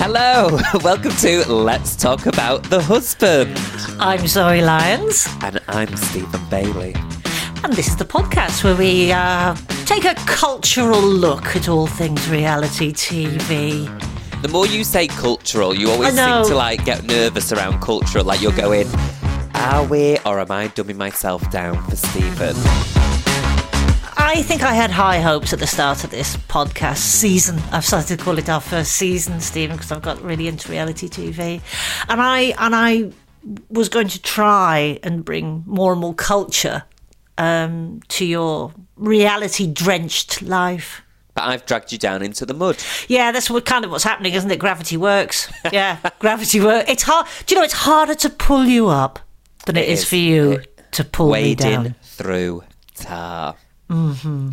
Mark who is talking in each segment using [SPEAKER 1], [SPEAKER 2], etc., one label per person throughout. [SPEAKER 1] Hello, welcome to Let's Talk About the Husband.
[SPEAKER 2] I'm Zoe Lyons,
[SPEAKER 1] And I'm Stephen Bailey.
[SPEAKER 2] and this is the podcast where we uh, take a cultural look at all things reality TV.
[SPEAKER 1] The more you say cultural, you always
[SPEAKER 2] I know.
[SPEAKER 1] seem to like get nervous around cultural, like you're going, are we or am I dumbing myself down for Stephen?
[SPEAKER 2] I think I had high hopes at the start of this podcast season. I've started to call it our first season, Stephen, because I've got really into reality TV, and I and I was going to try and bring more and more culture um, to your reality-drenched life.
[SPEAKER 1] But I've dragged you down into the mud.
[SPEAKER 2] Yeah, that's what kind of what's happening, isn't it? Gravity works. Yeah, gravity works. It's hard. Do you know it's harder to pull you up than it is,
[SPEAKER 1] is.
[SPEAKER 2] for you to pull me
[SPEAKER 1] Wading
[SPEAKER 2] down.
[SPEAKER 1] through tar. Mm-hmm.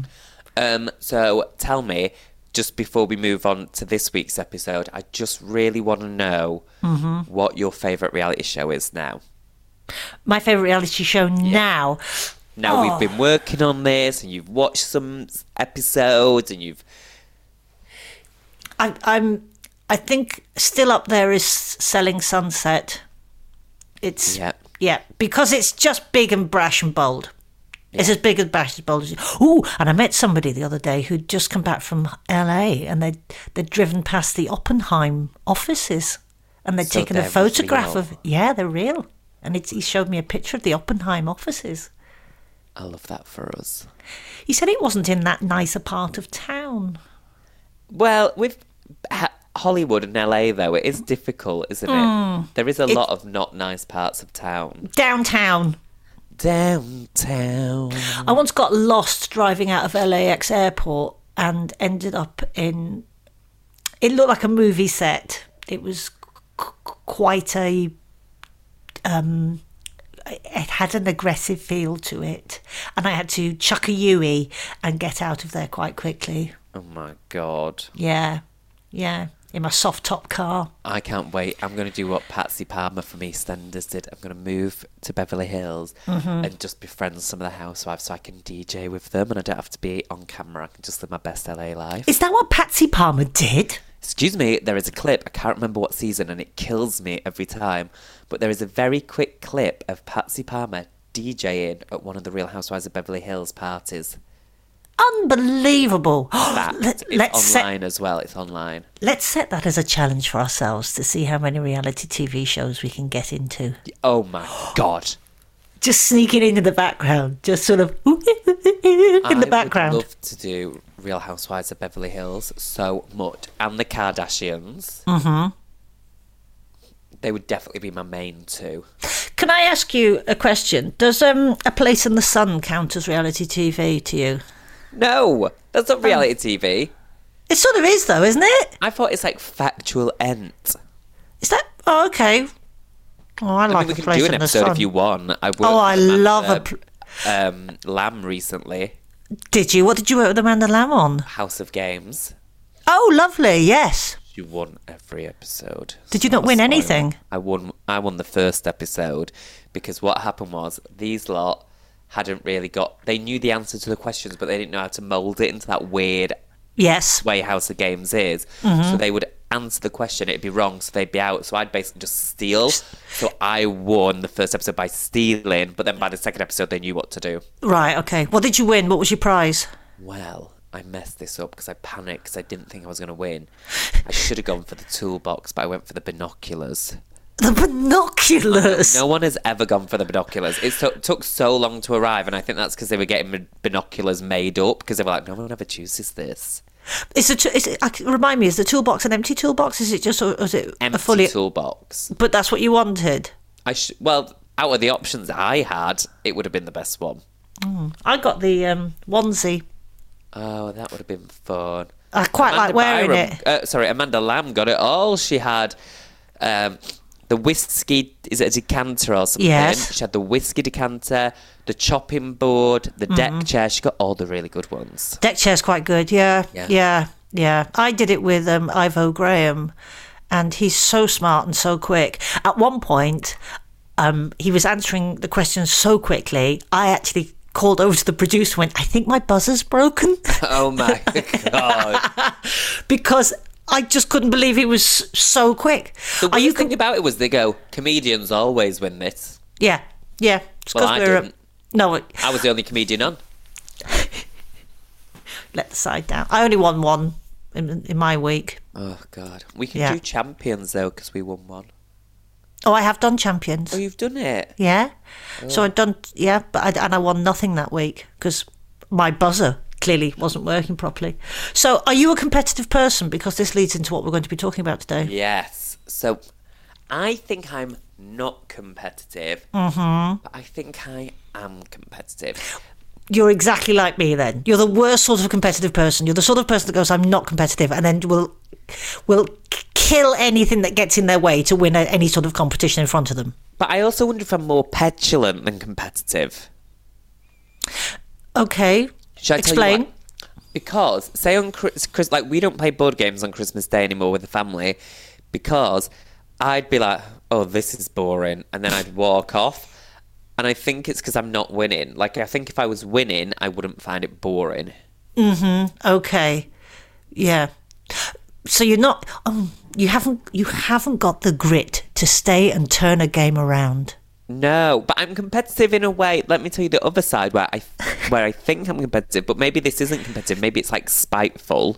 [SPEAKER 1] Um, so tell me, just before we move on to this week's episode, I just really want to know
[SPEAKER 2] Mm-hmm.
[SPEAKER 1] what your favourite reality show is now.
[SPEAKER 2] My favorite reality show now.
[SPEAKER 1] Now we've been working on this, and you've watched some s- episodes, and you've
[SPEAKER 2] I, I'm. I think still up there is Selling Sunset. It's
[SPEAKER 1] yeah.
[SPEAKER 2] yeah because it's just big and brash and bold. It's as big and brash and bold as Ooh, and I met somebody the other day who'd just come back from LA and they'd, they'd driven past the Oppenheim offices and they'd
[SPEAKER 1] So
[SPEAKER 2] taken a
[SPEAKER 1] they're
[SPEAKER 2] photograph
[SPEAKER 1] real.
[SPEAKER 2] of. Yeah, they're real. And it's, he showed me a picture of the Oppenheim offices.
[SPEAKER 1] I love that for us.
[SPEAKER 2] He said it wasn't in that nicer part of town.
[SPEAKER 1] Well, with ha- Hollywood and LA though, it is difficult, isn't it? There is a lot of not nice parts of town.
[SPEAKER 2] Downtown.
[SPEAKER 1] Downtown.
[SPEAKER 2] I once got lost driving out of LAX airport and ended up in. It looked like a movie set. It was qu- qu- quite a. Um, it had an aggressive feel to it, and I had to chuck a Yui and get out of there quite quickly.
[SPEAKER 1] Oh my god.
[SPEAKER 2] Yeah, yeah, in my soft top car.
[SPEAKER 1] I can't wait. I'm going to do what Patsy Palmer from EastEnders did. I'm going to move to Beverly Hills and just befriend some of the housewives so I can DJ with them and I don't have to be on camera. I can just live my best LA life.
[SPEAKER 2] Is that what Patsy Palmer did?
[SPEAKER 1] Excuse me, there is a clip. I can't remember what season and it kills me every time. But there is a very quick clip of Patsy Palmer DJing at one of the Real Housewives of Beverly Hills parties.
[SPEAKER 2] Unbelievable!
[SPEAKER 1] That
[SPEAKER 2] Let-
[SPEAKER 1] it's
[SPEAKER 2] set-
[SPEAKER 1] online as well. It's online.
[SPEAKER 2] Let's set that as a challenge for ourselves to see how many reality TV shows we can get into.
[SPEAKER 1] Oh my god.
[SPEAKER 2] Just sneaking into the background, just sort of in
[SPEAKER 1] I
[SPEAKER 2] the
[SPEAKER 1] would
[SPEAKER 2] background.
[SPEAKER 1] love to do Real Housewives of Beverly Hills so much, and the Kardashians. Mm-hmm. They would definitely be my main two.
[SPEAKER 2] Can I ask you a question? Does um, A Place in the Sun count as reality TV to you?
[SPEAKER 1] No, that's
[SPEAKER 2] Um,
[SPEAKER 1] not reality TV.
[SPEAKER 2] It sort of is, though, isn't it?
[SPEAKER 1] I thought it's like factual ent.
[SPEAKER 2] Is that? Oh, okay. Oh, I
[SPEAKER 1] I mean,
[SPEAKER 2] like
[SPEAKER 1] we
[SPEAKER 2] A
[SPEAKER 1] can
[SPEAKER 2] Place
[SPEAKER 1] do an
[SPEAKER 2] in the
[SPEAKER 1] episode
[SPEAKER 2] Sun.
[SPEAKER 1] if you want. uh, I worked
[SPEAKER 2] oh, I
[SPEAKER 1] with Amanda,
[SPEAKER 2] love a. Pl-
[SPEAKER 1] um, Lamb recently,
[SPEAKER 2] Did you? What did you work with Amanda Lamb on?
[SPEAKER 1] House of Games.
[SPEAKER 2] Oh, lovely. Yes.
[SPEAKER 1] She won every episode.
[SPEAKER 2] Did you not
[SPEAKER 1] a
[SPEAKER 2] win
[SPEAKER 1] spoiler.
[SPEAKER 2] anything?
[SPEAKER 1] I won. I won the first episode because what happened was these lot hadn't really got. They knew the answer to the questions, but they didn't know how to mold it into that weird
[SPEAKER 2] Yes.
[SPEAKER 1] way House of Games is.
[SPEAKER 2] Mm-hmm.
[SPEAKER 1] So they would answer the question, it'd be wrong, so they'd be out. So I'd basically just steal. So I won the first episode by stealing, but then by the second episode, they knew what to do.
[SPEAKER 2] Right. Okay. What did you win? What was your prize?
[SPEAKER 1] Well, I messed this up because I panicked because I didn't think I was going to win. I should have gone for the toolbox, but I went for the binoculars.
[SPEAKER 2] The binoculars.
[SPEAKER 1] No one has ever gone for the binoculars. It took took so long to arrive, and I think that's because they were getting bin- binoculars made up because they were like, no one ever chooses this.
[SPEAKER 2] It's a. t- Is it, I c- remind me, is the toolbox an empty toolbox? Is it just or is it
[SPEAKER 1] Empty
[SPEAKER 2] a fully?
[SPEAKER 1] toolbox.
[SPEAKER 2] but that's what you wanted.
[SPEAKER 1] I sh- well, out of the options I had, it would have been the best one.
[SPEAKER 2] I got the um, onesie.
[SPEAKER 1] Oh, that would have been fun.
[SPEAKER 2] I quite like wearing
[SPEAKER 1] Byram-
[SPEAKER 2] it.
[SPEAKER 1] Uh, sorry, Amanda Lamb got it all. She had um, the whiskey. Is it a decanter or something?
[SPEAKER 2] Yes.
[SPEAKER 1] She had the whiskey decanter, the chopping board, the
[SPEAKER 2] Mm-hmm.
[SPEAKER 1] deck chair. She got all the really good ones.
[SPEAKER 2] Deck chair's quite good. Yeah,
[SPEAKER 1] Yeah.
[SPEAKER 2] yeah, yeah. I did it with um, Ivo Graham, and he's so smart and so quick. At one point, um, he was answering the questions so quickly, I actually called over to the producer and went, I think my buzzer's broken.
[SPEAKER 1] Oh my god!
[SPEAKER 2] because I just couldn't believe he was so quick.
[SPEAKER 1] The
[SPEAKER 2] Are
[SPEAKER 1] weird
[SPEAKER 2] you
[SPEAKER 1] thing
[SPEAKER 2] con-
[SPEAKER 1] about it was they go comedians always win this.
[SPEAKER 2] yeah, yeah. It's 'cause
[SPEAKER 1] Well, I
[SPEAKER 2] we're, um,
[SPEAKER 1] didn't.
[SPEAKER 2] No, it-
[SPEAKER 1] I was the only comedian on.
[SPEAKER 2] let the side down. I only won one in, in my week.
[SPEAKER 1] Oh god, we can
[SPEAKER 2] Yeah.
[SPEAKER 1] do champions though because we won one.
[SPEAKER 2] Oh, I have done champions.
[SPEAKER 1] Oh, you've done it.
[SPEAKER 2] Yeah. So I'd done, yeah, but I, and I won nothing that week because my buzzer clearly wasn't working properly. So are you a competitive person? Because this leads into what we're going to be talking about today.
[SPEAKER 1] Yes. So I think I'm not competitive, but I think I am competitive.
[SPEAKER 2] You're exactly like me then. You're the worst sort of competitive person. You're the sort of person that goes, I'm not competitive, and then will will k- kill anything that gets in their way to win a, any sort of competition in front of them.
[SPEAKER 1] But I also wonder if I'm more petulant than competitive.
[SPEAKER 2] Okay.
[SPEAKER 1] Shall I Tell you
[SPEAKER 2] Explain.
[SPEAKER 1] what? Because say on Chris, Chris, like we don't play board games on Christmas Day anymore with the family, because I'd be like, "Oh, this is boring," and then I'd walk off. And I think it's because I'm not winning. Like I think if I was winning, I wouldn't find it boring.
[SPEAKER 2] Okay. Yeah. So you're not um, you haven't you haven't got the grit to stay and turn a game around.
[SPEAKER 1] No, but I'm competitive in a way. Let me tell you the other side where I where I think I'm competitive, but maybe this isn't competitive. Maybe it's like spiteful.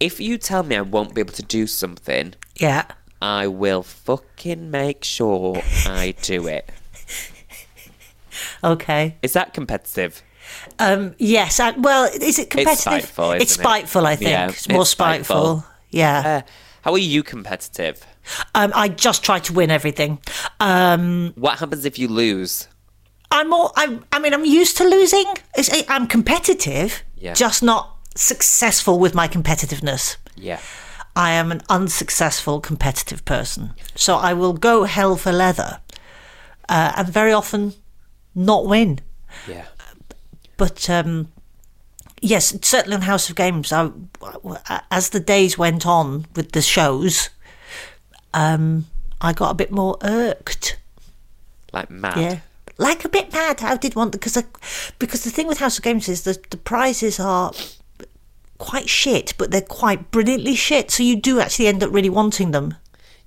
[SPEAKER 1] If you tell me I won't be able to do something,
[SPEAKER 2] Yeah.
[SPEAKER 1] I will fucking make sure I do it.
[SPEAKER 2] Okay.
[SPEAKER 1] Is that competitive?
[SPEAKER 2] Um yes, uh, well is it competitive?
[SPEAKER 1] spiteful,
[SPEAKER 2] It's
[SPEAKER 1] isn't it?
[SPEAKER 2] spiteful, I think.
[SPEAKER 1] Yeah,
[SPEAKER 2] it's more
[SPEAKER 1] it's spiteful.
[SPEAKER 2] spiteful. Yeah.
[SPEAKER 1] Uh, how are you competitive?
[SPEAKER 2] Um, I just try to win everything. Um,
[SPEAKER 1] What happens if you lose?
[SPEAKER 2] I'm all, I'm, I mean, I'm used to losing. It's, I'm competitive,
[SPEAKER 1] Yeah.
[SPEAKER 2] just not successful with my competitiveness.
[SPEAKER 1] Yeah.
[SPEAKER 2] I am an unsuccessful competitive person. So I will go hell for leather uh, and very often not win.
[SPEAKER 1] Yeah.
[SPEAKER 2] But um, yes, certainly on House of Games, I, as the days went on with the shows, um, I got a bit more irked.
[SPEAKER 1] Like mad.
[SPEAKER 2] Yeah. Like a bit mad. I did want because I, because the thing with House of Games is the the prizes are quite shit, but they're quite brilliantly shit. So you do actually end up really wanting them.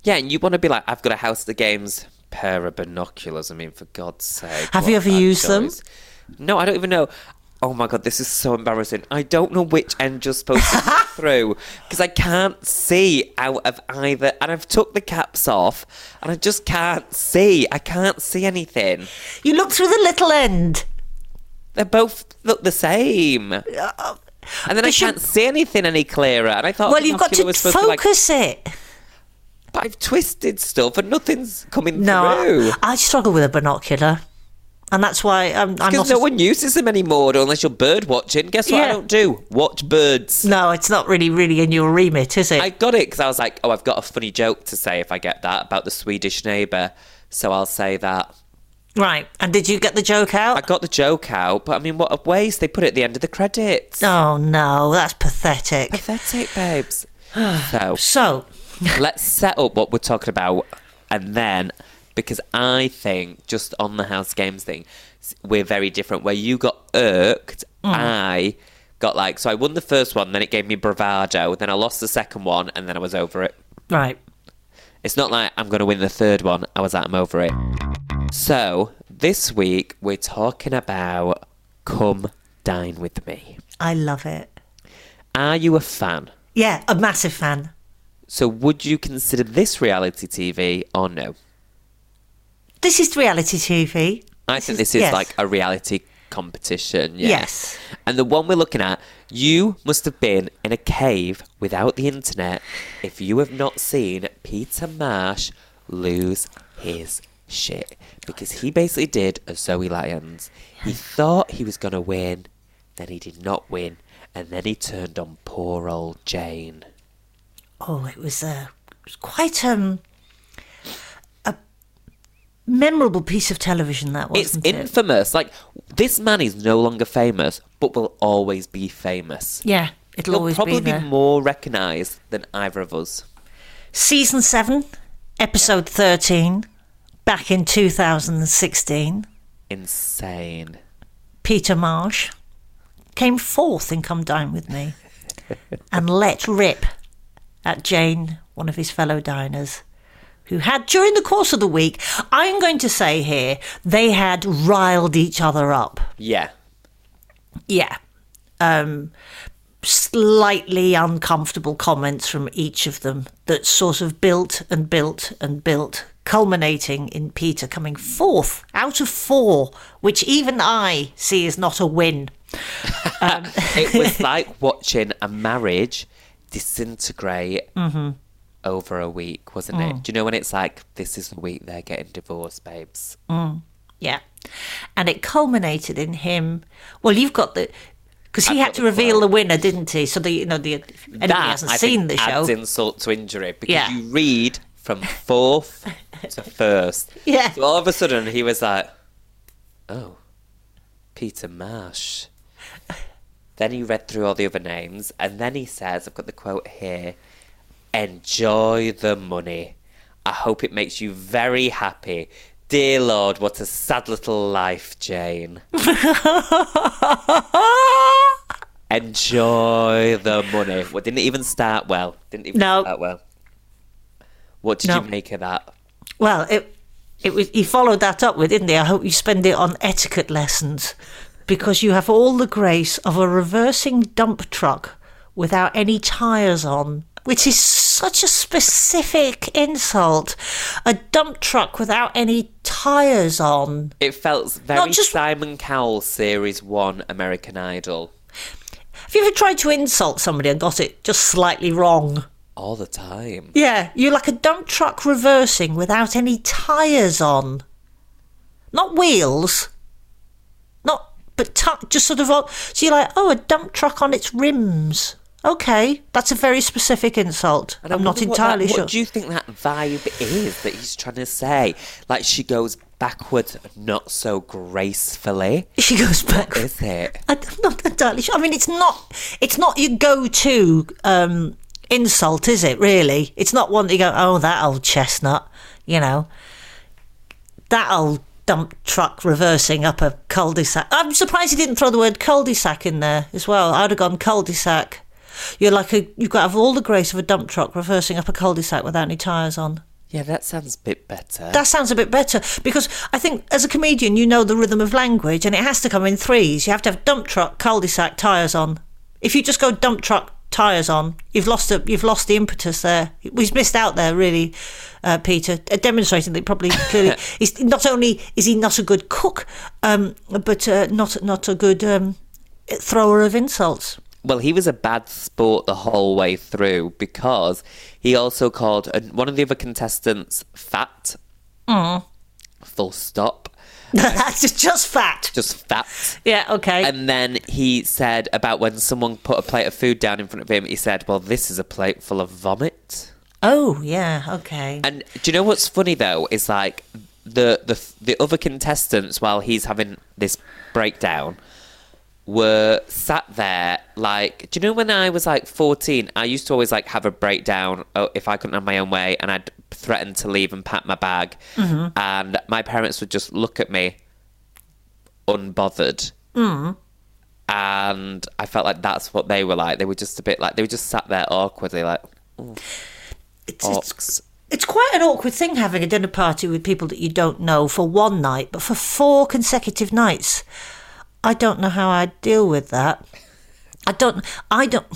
[SPEAKER 1] Yeah, and you want to be like, I've got a house of the games pair of binoculars. I mean, for God's sake.
[SPEAKER 2] Have
[SPEAKER 1] what
[SPEAKER 2] you ever
[SPEAKER 1] a bad
[SPEAKER 2] used them?
[SPEAKER 1] choice. No, I don't even know. Oh my God, this is so embarrassing. I don't know which end you're supposed to look through because I can't see out of either. And I've took the caps off and I just can't see. I can't see anything.
[SPEAKER 2] You look through the little end.
[SPEAKER 1] They both look the same. And then I
[SPEAKER 2] They should-
[SPEAKER 1] can't see anything any clearer. And I thought,
[SPEAKER 2] Uh, Well, you've got
[SPEAKER 1] Oh, binocular
[SPEAKER 2] to
[SPEAKER 1] was supposed be like-
[SPEAKER 2] focus it.
[SPEAKER 1] but I've twisted stuff and nothing's coming
[SPEAKER 2] No,
[SPEAKER 1] through.
[SPEAKER 2] I, I struggle with a binocular, and that's why I'm, I'm not.
[SPEAKER 1] Because no
[SPEAKER 2] a-
[SPEAKER 1] one uses them anymore unless you're bird watching. Guess what I
[SPEAKER 2] Yeah.
[SPEAKER 1] don't do? Watch birds.
[SPEAKER 2] no, it's not really, really in your remit, is it?
[SPEAKER 1] I got it because I was like, oh, I've got a funny joke to say if I get that about the Swedish neighbour. So I'll say that.
[SPEAKER 2] right. And did you get the joke
[SPEAKER 1] I
[SPEAKER 2] out?
[SPEAKER 1] got the joke out, but I mean, what a waste. They put it at the end of the credits.
[SPEAKER 2] Oh no, that's pathetic.
[SPEAKER 1] Pathetic, babes. so
[SPEAKER 2] So,
[SPEAKER 1] let's set up what we're talking about and then. Because I think just on the house games thing, s- we're very different. Where you got irked, I got like so. I won the first one, then it gave me bravado. Then I lost the second one, and then I was over it.
[SPEAKER 2] right.
[SPEAKER 1] It's not like I'm going to win the third one. I was like, I'm over it. So this week we're talking about competition. Dine with Me.
[SPEAKER 2] I love it.
[SPEAKER 1] Are you a fan?
[SPEAKER 2] Yeah, a massive fan.
[SPEAKER 1] So would you consider this reality TV or no?
[SPEAKER 2] This is reality TV.
[SPEAKER 1] I think this is
[SPEAKER 2] yes.
[SPEAKER 1] like a reality competition. Yeah.
[SPEAKER 2] Yes.
[SPEAKER 1] And the one we're looking at, you must have been in a cave without the internet if you have not seen Peter Marsh lose his shit. Because he basically did a Zoe Lyons. He thought he was going to win, then he did not win, and then he turned on poor old Jane.
[SPEAKER 2] Oh, it was, uh, it was quite um, a memorable piece of television that was.
[SPEAKER 1] It's
[SPEAKER 2] wasn't it?
[SPEAKER 1] infamous. Like, this man is no longer famous, but will always be famous.
[SPEAKER 2] Yeah, it'll
[SPEAKER 1] He'll
[SPEAKER 2] always
[SPEAKER 1] probably
[SPEAKER 2] be there.
[SPEAKER 1] more recognised than either of us.
[SPEAKER 2] Season 7, episode 13, back in 2016,
[SPEAKER 1] Insane.
[SPEAKER 2] Peter Marsh came fourth in Come Dine With Me and let rip at Jane, one of his fellow diners. Who had during the course of the week, I'm going to say here, they had riled each other up.
[SPEAKER 1] Yeah.
[SPEAKER 2] yeah um slightly uncomfortable comments from each of them that sort of built and built and built culminating in peter coming fourth out of four which even i see is not a win
[SPEAKER 1] It was like watching a marriage disintegrate
[SPEAKER 2] Mm-hmm.
[SPEAKER 1] over a week, wasn't
[SPEAKER 2] Mm.
[SPEAKER 1] it? Do you know when it's like, this is the week they're getting divorced, babes?
[SPEAKER 2] yeah and it culminated in him well you've got the because he had to reveal the winner didn't he so the you know the if anybody hasn't
[SPEAKER 1] I
[SPEAKER 2] seen
[SPEAKER 1] think
[SPEAKER 2] the show
[SPEAKER 1] adds insult to injury because
[SPEAKER 2] Yeah.
[SPEAKER 1] you read from fourth to first.
[SPEAKER 2] Yeah.
[SPEAKER 1] So all of a sudden he was like, oh, Peter Marsh. Then he read through all the other names and then he says, I've got the quote here enjoy the money. I hope it makes you very happy. Dear Lord, what a sad little life, Jane.
[SPEAKER 2] Ah!
[SPEAKER 1] Enjoy the money. Well, didn't even start well. Didn't even
[SPEAKER 2] No.
[SPEAKER 1] start well. What did
[SPEAKER 2] No.
[SPEAKER 1] you make of that?
[SPEAKER 2] Well, it it was he followed that up with, didn't he? I hope you spend it on etiquette lessons because you have all the grace of a reversing dump truck without any tires on, which is such a specific insult. A dump truck without any tires on.
[SPEAKER 1] It felt very
[SPEAKER 2] just-
[SPEAKER 1] Simon Cowell series one American Idol
[SPEAKER 2] Have you ever tried to insult somebody and got it just slightly wrong?
[SPEAKER 1] all the time.
[SPEAKER 2] Yeah, you're like a dump truck reversing without any tyres on. Not wheels. Not, but tu- just sort of on. So you're like, oh, a dump truck on its rims. Okay, that's a very specific insult.
[SPEAKER 1] And I
[SPEAKER 2] I'm not
[SPEAKER 1] wonder what that-
[SPEAKER 2] entirely sure.
[SPEAKER 1] What do you think that vibe is that he's trying to say? Like she goes backwards, not so gracefully.
[SPEAKER 2] she goes back.
[SPEAKER 1] Is it?
[SPEAKER 2] I'm not entirely sure. I mean, it's not. It's not your go-to um, insult, is it? Really, it's not one that you go, "Oh, that old chestnut," you know, that old dump truck reversing up a cul-de-sac. I'm surprised he didn't throw the word cul-de-sac in there as well. I'd have gone cul-de-sac. You're like a. You've got to have all the grace of a dump truck reversing up a cul-de-sac without any tyres on.
[SPEAKER 1] Yeah, that sounds a bit better.
[SPEAKER 2] That sounds a bit better because I think as a comedian, you know the rhythm of language and it has to come in threes. You have to have dump truck, cul-de-sac, tyres on. If you just go dump truck, tyres on, you've lost a, you've lost the impetus there. We've missed out there, really, uh, Peter, uh, demonstrating that he probably clearly he's not only is he not a good cook, um, but uh, not not a good um, thrower of insults.
[SPEAKER 1] Well, he was a bad sport the whole way through because he also called uh, one of the other contestants fat. Full stop.
[SPEAKER 2] That's just fat.
[SPEAKER 1] Just fat.
[SPEAKER 2] Yeah. Okay.
[SPEAKER 1] And then he said about when someone put a plate of food down in front of him, he said, Well, this is a plate full of vomit.
[SPEAKER 2] oh yeah. Okay.
[SPEAKER 1] And do you know what's funny though is like the the the other contestants while he's having this breakdown were sat there like do you know when I was like 14 I used to always like have a breakdown oh, if I couldn't have my own way and I'd threaten to leave and pack my bag and my parents would just look at me unbothered and I felt like that's what they were like they were just a bit like they were just sat there awkwardly like
[SPEAKER 2] It's- it's
[SPEAKER 1] ox
[SPEAKER 2] It's quite an awkward thing having a dinner party with people that you don't know for one night, but for four consecutive nights. I don't know how I deal with that. I don't. I don't.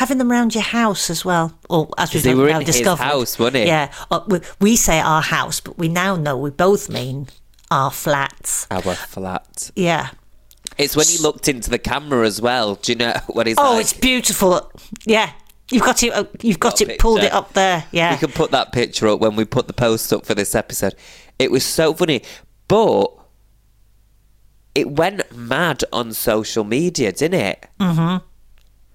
[SPEAKER 2] Having them around your house as well, or as we've
[SPEAKER 1] They were
[SPEAKER 2] now
[SPEAKER 1] in his
[SPEAKER 2] discovered,
[SPEAKER 1] house, weren't they?
[SPEAKER 2] Yeah, uh, we, we say our house, but we now know we both mean our flats.
[SPEAKER 1] Our flat.
[SPEAKER 2] Yeah.
[SPEAKER 1] It's when he looked into the camera as well. Do you know what he's
[SPEAKER 2] Oh,
[SPEAKER 1] like?
[SPEAKER 2] it's beautiful. Yeah, you've got it. uh, You've got
[SPEAKER 1] Got a
[SPEAKER 2] it. Pulled it
[SPEAKER 1] picture.
[SPEAKER 2] up there. Yeah.
[SPEAKER 1] We can put that picture up when we put the post up for this episode. It was so funny, but it went mad on social media, didn't it? Mm-hmm.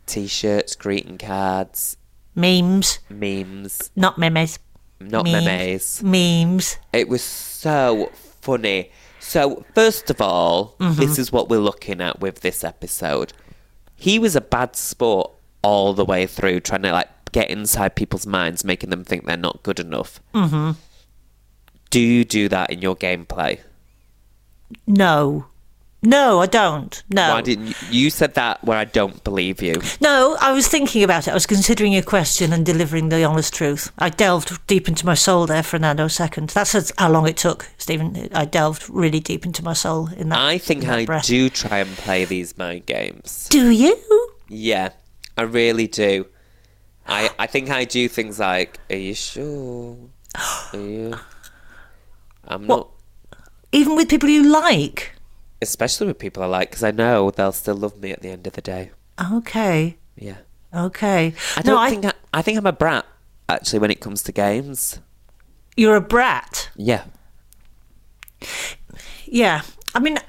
[SPEAKER 1] T-shirts, greeting cards,
[SPEAKER 2] memes,
[SPEAKER 1] memes,
[SPEAKER 2] not memes.
[SPEAKER 1] not
[SPEAKER 2] Memes.
[SPEAKER 1] memes.
[SPEAKER 2] Memes.
[SPEAKER 1] It was so funny. So, first of all,
[SPEAKER 2] Mm-hmm.
[SPEAKER 1] this is what we're looking at with this episode. He was a bad sport all the way through, trying to like get inside people's minds, making them think they're not good enough. Mm-hmm. Do you do that in your gameplay?
[SPEAKER 2] No. No, I don't. No.
[SPEAKER 1] Why didn't you, you said that where I don't believe you?
[SPEAKER 2] No, I was thinking about it. I was considering your question and delivering the honest truth. I delved deep into my soul there for a nanosecond. That's as- how long it took, Stephen. I delved really deep into my soul in that.
[SPEAKER 1] I think
[SPEAKER 2] in that
[SPEAKER 1] I
[SPEAKER 2] breath.
[SPEAKER 1] do try and play these mind games.
[SPEAKER 2] Do you?
[SPEAKER 1] Yeah, I really do. I I think I do things like, "Are you sure? Are you?" I'm not,
[SPEAKER 2] Even with people you like?
[SPEAKER 1] especially with people I like, because I know they'll still love me at the end of the day.
[SPEAKER 2] Okay,
[SPEAKER 1] Yeah,
[SPEAKER 2] okay.
[SPEAKER 1] I
[SPEAKER 2] no,
[SPEAKER 1] don't
[SPEAKER 2] I,
[SPEAKER 1] think I, I think I'm a brat actually when it comes to games.
[SPEAKER 2] you're a brat.
[SPEAKER 1] Yeah,
[SPEAKER 2] Yeah. I mean,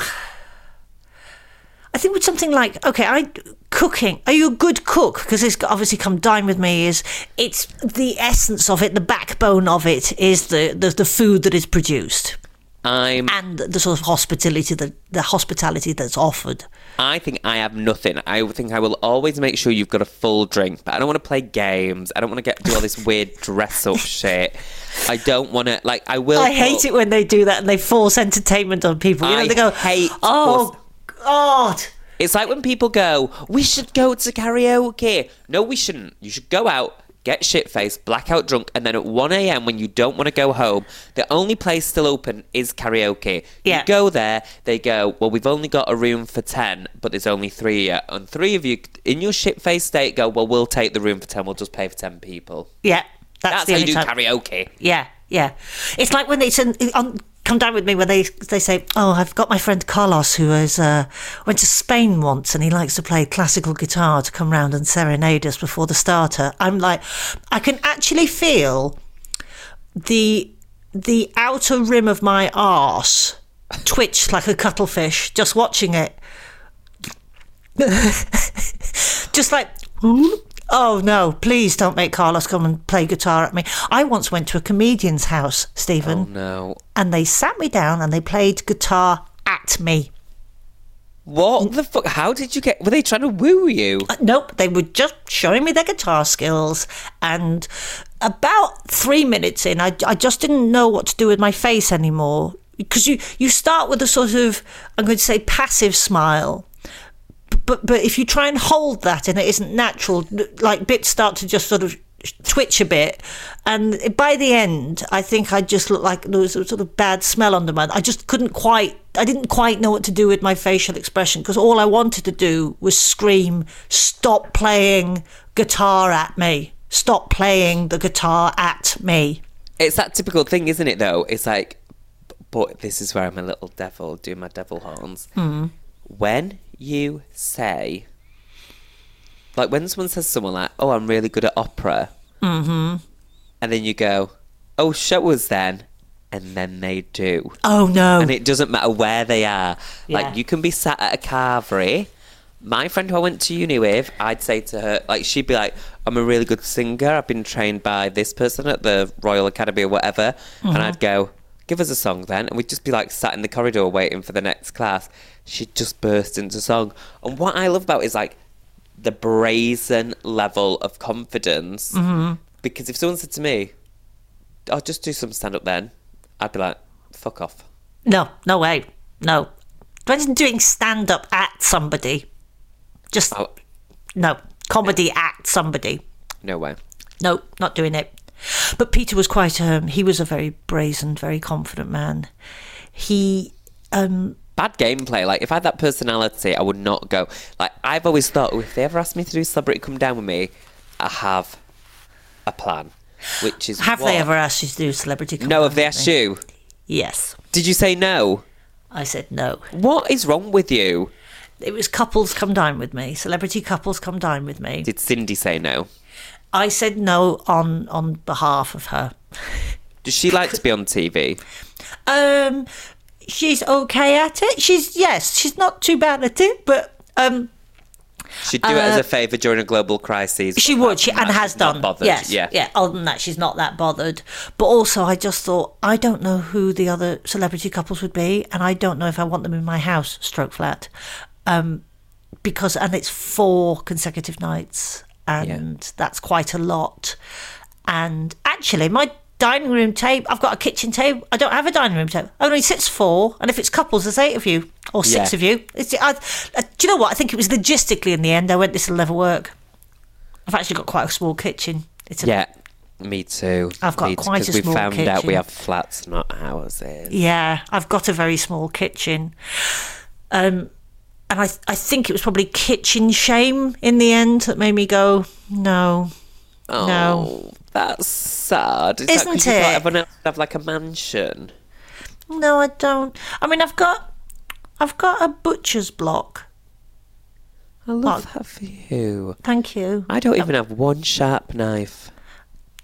[SPEAKER 2] I think with something like, okay, I cooking. Are you a good cook? Because it's obviously come dine with me is it's the essence of it, the backbone of it is the the, the food that is produced
[SPEAKER 1] I'm.
[SPEAKER 2] and the sort of hospitality that the hospitality that's offered.
[SPEAKER 1] I think I have nothing. I think I will always make sure you've got a full drink, but I don't want to play games. I don't want to get do all this weird dress up shit. I don't want to like. I will.
[SPEAKER 2] I hate it when they do that and they force entertainment on people. You know,
[SPEAKER 1] I
[SPEAKER 2] they go,
[SPEAKER 1] hate
[SPEAKER 2] oh God.
[SPEAKER 1] It's like when people go, "We should go to karaoke." No, we shouldn't. You should go out, get shit faced, blackout drunk, and then at one a.m. when you don't want to go home, the only place still open is karaoke.
[SPEAKER 2] Yeah.
[SPEAKER 1] You go there, they go, "Well, we've only got a room for ten, but there's only three here." And three of you in your shit faced state go, "Well, we'll take the room for ten. We'll just pay for ten people."
[SPEAKER 2] Yeah, that's,
[SPEAKER 1] That's,
[SPEAKER 2] the
[SPEAKER 1] how
[SPEAKER 2] only
[SPEAKER 1] you do
[SPEAKER 2] time.
[SPEAKER 1] karaoke.
[SPEAKER 2] Yeah, yeah. It's like when they send, on, come down with me when they they say, "Oh, I've got my friend Carlos who is uh, went to Spain once and he likes to play classical guitar to come round and serenade us before the starter." I'm like, I can actually feel the the outer rim of my arse twitch like a cuttlefish just watching it. just like oh no please don't make carlos come and play guitar at me i once went to a comedian's house stephen
[SPEAKER 1] No.
[SPEAKER 2] and they sat me down and they played guitar at me
[SPEAKER 1] What the fuck? How did you get? Were they trying to woo you?
[SPEAKER 2] Uh, nope they were just showing me their guitar skills and about three minutes in i, I just didn't know what to do with my face anymore because you, you start with a sort of i'm going to say passive smile but but if you try and hold that and it isn't natural, like bits start to just sort of twitch a bit, and by the end, I think I just looked like there was a sort of bad smell under my. I just couldn't quite. I didn't quite know what to do with my facial expression because all I wanted to do was scream, "Stop playing guitar at me! Stop playing the guitar at me!"
[SPEAKER 1] It's that typical thing, isn't it? Though it's like, b- but this is where I'm a little devil, do my devil horns. When you say, like, when someone says to someone like, "Oh, I'm really good at opera," mm-hmm. and then you go, "Oh, show us then," and then they do,
[SPEAKER 2] Oh no!
[SPEAKER 1] and it doesn't matter where they are.
[SPEAKER 2] Yeah.
[SPEAKER 1] Like, you can be sat at a carvery. My friend who I went to uni with, I'd say to her, like, she'd be like, I'm a really good singer. I've been trained by this person at the Royal Academy or whatever. And I'd go, give us a song then. And we'd just be like sat in the corridor waiting for the next class. She'd just burst into song. And what I love about it is like the brazen level of confidence. Because if someone said to me, I'll just do some stand up then, I'd be like, fuck off.
[SPEAKER 2] No, no way. No. Imagine doing stand up at somebody. Just
[SPEAKER 1] Oh.
[SPEAKER 2] no. Comedy at somebody.
[SPEAKER 1] No way.
[SPEAKER 2] No, not doing it. But Peter was quite um he was a very brazen, very confident man. He um
[SPEAKER 1] bad gameplay. Like if I had that personality, I would not go. Like I've always thought, if they ever asked me to do celebrity come down with me, I have a plan. Which is
[SPEAKER 2] Have
[SPEAKER 1] what-
[SPEAKER 2] they ever asked you to do celebrity?
[SPEAKER 1] No, have they
[SPEAKER 2] Company?
[SPEAKER 1] asked you?
[SPEAKER 2] Yes,
[SPEAKER 1] Did you say no?
[SPEAKER 2] I said no.
[SPEAKER 1] What is wrong with you?
[SPEAKER 2] It was couples come dine with me. Celebrity couples come dine with me.
[SPEAKER 1] Did Cindy say no?
[SPEAKER 2] I said no on on behalf of her.
[SPEAKER 1] Does she like to be on TV?
[SPEAKER 2] Um, she's okay at it. She's yes, she's not too bad at it, but um,
[SPEAKER 1] She'd do it as a favour during a global crisis.
[SPEAKER 2] Uh, she would. She and has
[SPEAKER 1] not
[SPEAKER 2] done.
[SPEAKER 1] bothered,
[SPEAKER 2] Yes,
[SPEAKER 1] yeah.
[SPEAKER 2] yeah. Other than that, she's not that bothered. But also, I just thought I don't know who the other celebrity couples would be, and I don't know if I want them in my house, stroke flat, um, because and it's four consecutive nights, and that's quite a lot. And actually, my dining room table. I've got a kitchen table. I don't have a dining room table. Only sits four, and if it's couples, there's eight of you or six
[SPEAKER 1] Yeah.
[SPEAKER 2] of you. It's, I, I, do you know what? I think it was logistically in the end. I went, this will never work. I've actually got quite a small kitchen. It's a,
[SPEAKER 1] Yeah, me too.
[SPEAKER 2] I've got
[SPEAKER 1] Me too,
[SPEAKER 2] quite a
[SPEAKER 1] 'cause
[SPEAKER 2] small
[SPEAKER 1] we found out we
[SPEAKER 2] kitchen.
[SPEAKER 1] have flats, not houses.
[SPEAKER 2] Yeah, I've got a very small kitchen. Um, and I, I think it was probably kitchen shame in the end that made me go, no,
[SPEAKER 1] Oh,
[SPEAKER 2] No.
[SPEAKER 1] that's sad. Is
[SPEAKER 2] Isn't
[SPEAKER 1] that 'cause you thought
[SPEAKER 2] it?
[SPEAKER 1] everyone else would have like a mansion.
[SPEAKER 2] no, I don't. I mean, I've got, I've got a butcher's block.
[SPEAKER 1] I love that for you.
[SPEAKER 2] Thank you.
[SPEAKER 1] I don't even have one sharp knife.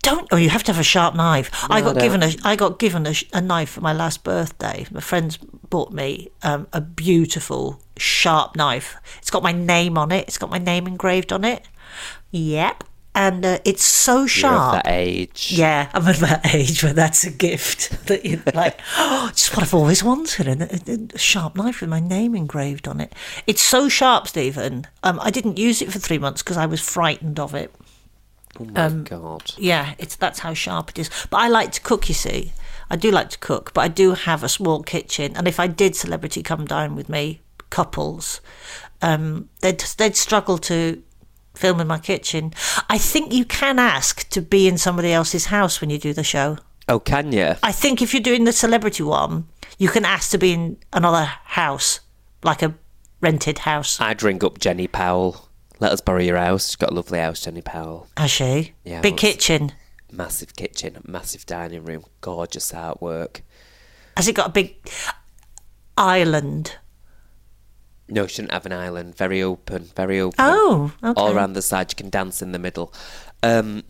[SPEAKER 2] Don't. Oh, you have to have a sharp knife. I
[SPEAKER 1] No,
[SPEAKER 2] got
[SPEAKER 1] I
[SPEAKER 2] given a. I got given a, sh- a knife for my last birthday. My friends bought me um, a beautiful sharp knife. It's got my name on it. It's got my name engraved on it. Yep. And uh, it's so
[SPEAKER 1] You're of
[SPEAKER 2] sharp.
[SPEAKER 1] that age.
[SPEAKER 2] Yeah, I'm at that age where that's a gift that you like. Oh, it's just what I've always wanted, and a, a sharp knife with my name engraved on it. It's so sharp, Stephen. Um, I didn't use it for three months because I was frightened of it.
[SPEAKER 1] Oh my
[SPEAKER 2] um,
[SPEAKER 1] god.
[SPEAKER 2] Yeah, it's that's how sharp it is. But I like to cook, you see. I do like to cook, but I do have a small kitchen, and if I did celebrity come down with me, couples, um, they'd they'd struggle to film in my kitchen. I think you can ask to be in somebody else's house when you do the show.
[SPEAKER 1] Oh, can you?
[SPEAKER 2] I think if you're doing the celebrity one, you can ask to be in another house, like a rented house.
[SPEAKER 1] I'd ring up Jenny Powell. Let us borrow your house. She's got a lovely house, Jenny Powell.
[SPEAKER 2] Has she?
[SPEAKER 1] Yeah,
[SPEAKER 2] Big
[SPEAKER 1] well, it's-
[SPEAKER 2] kitchen.
[SPEAKER 1] Massive kitchen, massive dining room, gorgeous artwork.
[SPEAKER 2] Has it got a big island?
[SPEAKER 1] No, shouldn't have an island. Very open, very open.
[SPEAKER 2] Oh, okay.
[SPEAKER 1] All around the side, you can dance in the middle. Um,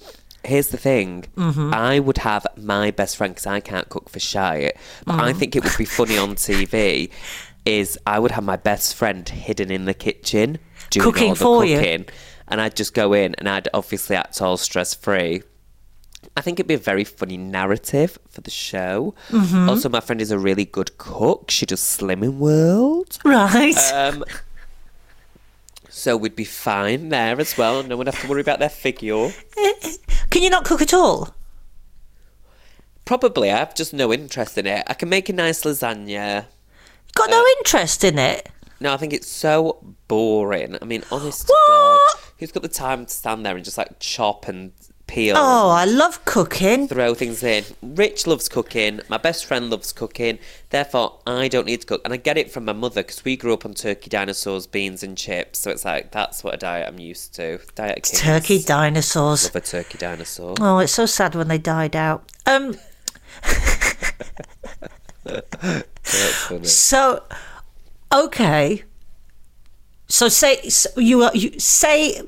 [SPEAKER 1] here's the thing:
[SPEAKER 2] Mm-hmm.
[SPEAKER 1] I would have my best friend because I can't cook for Shite, but
[SPEAKER 2] Mm.
[SPEAKER 1] I think it would be funny on TV. Is I would have my best friend hidden in the kitchen doing
[SPEAKER 2] Cooking
[SPEAKER 1] all the
[SPEAKER 2] for you.
[SPEAKER 1] cooking, and I'd just go in and I'd obviously act all stress free. I think it'd be a very funny narrative for the show.
[SPEAKER 2] Mm-hmm.
[SPEAKER 1] Also, my friend is a really good cook. She does Slimming World.
[SPEAKER 2] Right.
[SPEAKER 1] Um, so we'd be fine there as well, and no one would have to worry about their figure.
[SPEAKER 2] Can you not cook at all?
[SPEAKER 1] Probably, I have just no interest in it. I can make a nice lasagna.
[SPEAKER 2] Got no interest in it.
[SPEAKER 1] No, I think it's so boring. I mean, honest to
[SPEAKER 2] What?
[SPEAKER 1] God, who's got the time to stand there and just like chop and peel?
[SPEAKER 2] Oh, I love cooking.
[SPEAKER 1] Throw things in. Rich loves cooking. My best friend loves cooking. Therefore, I don't need to cook. And I get it from my mother because we grew up on turkey, dinosaurs, beans, and chips. So it's like, that's what a diet I'm used to. Diet of kings.
[SPEAKER 2] Turkey dinosaurs.
[SPEAKER 1] Love a turkey dinosaur.
[SPEAKER 2] Oh, it's so sad when they died out. Um, so okay. So say s you are- you say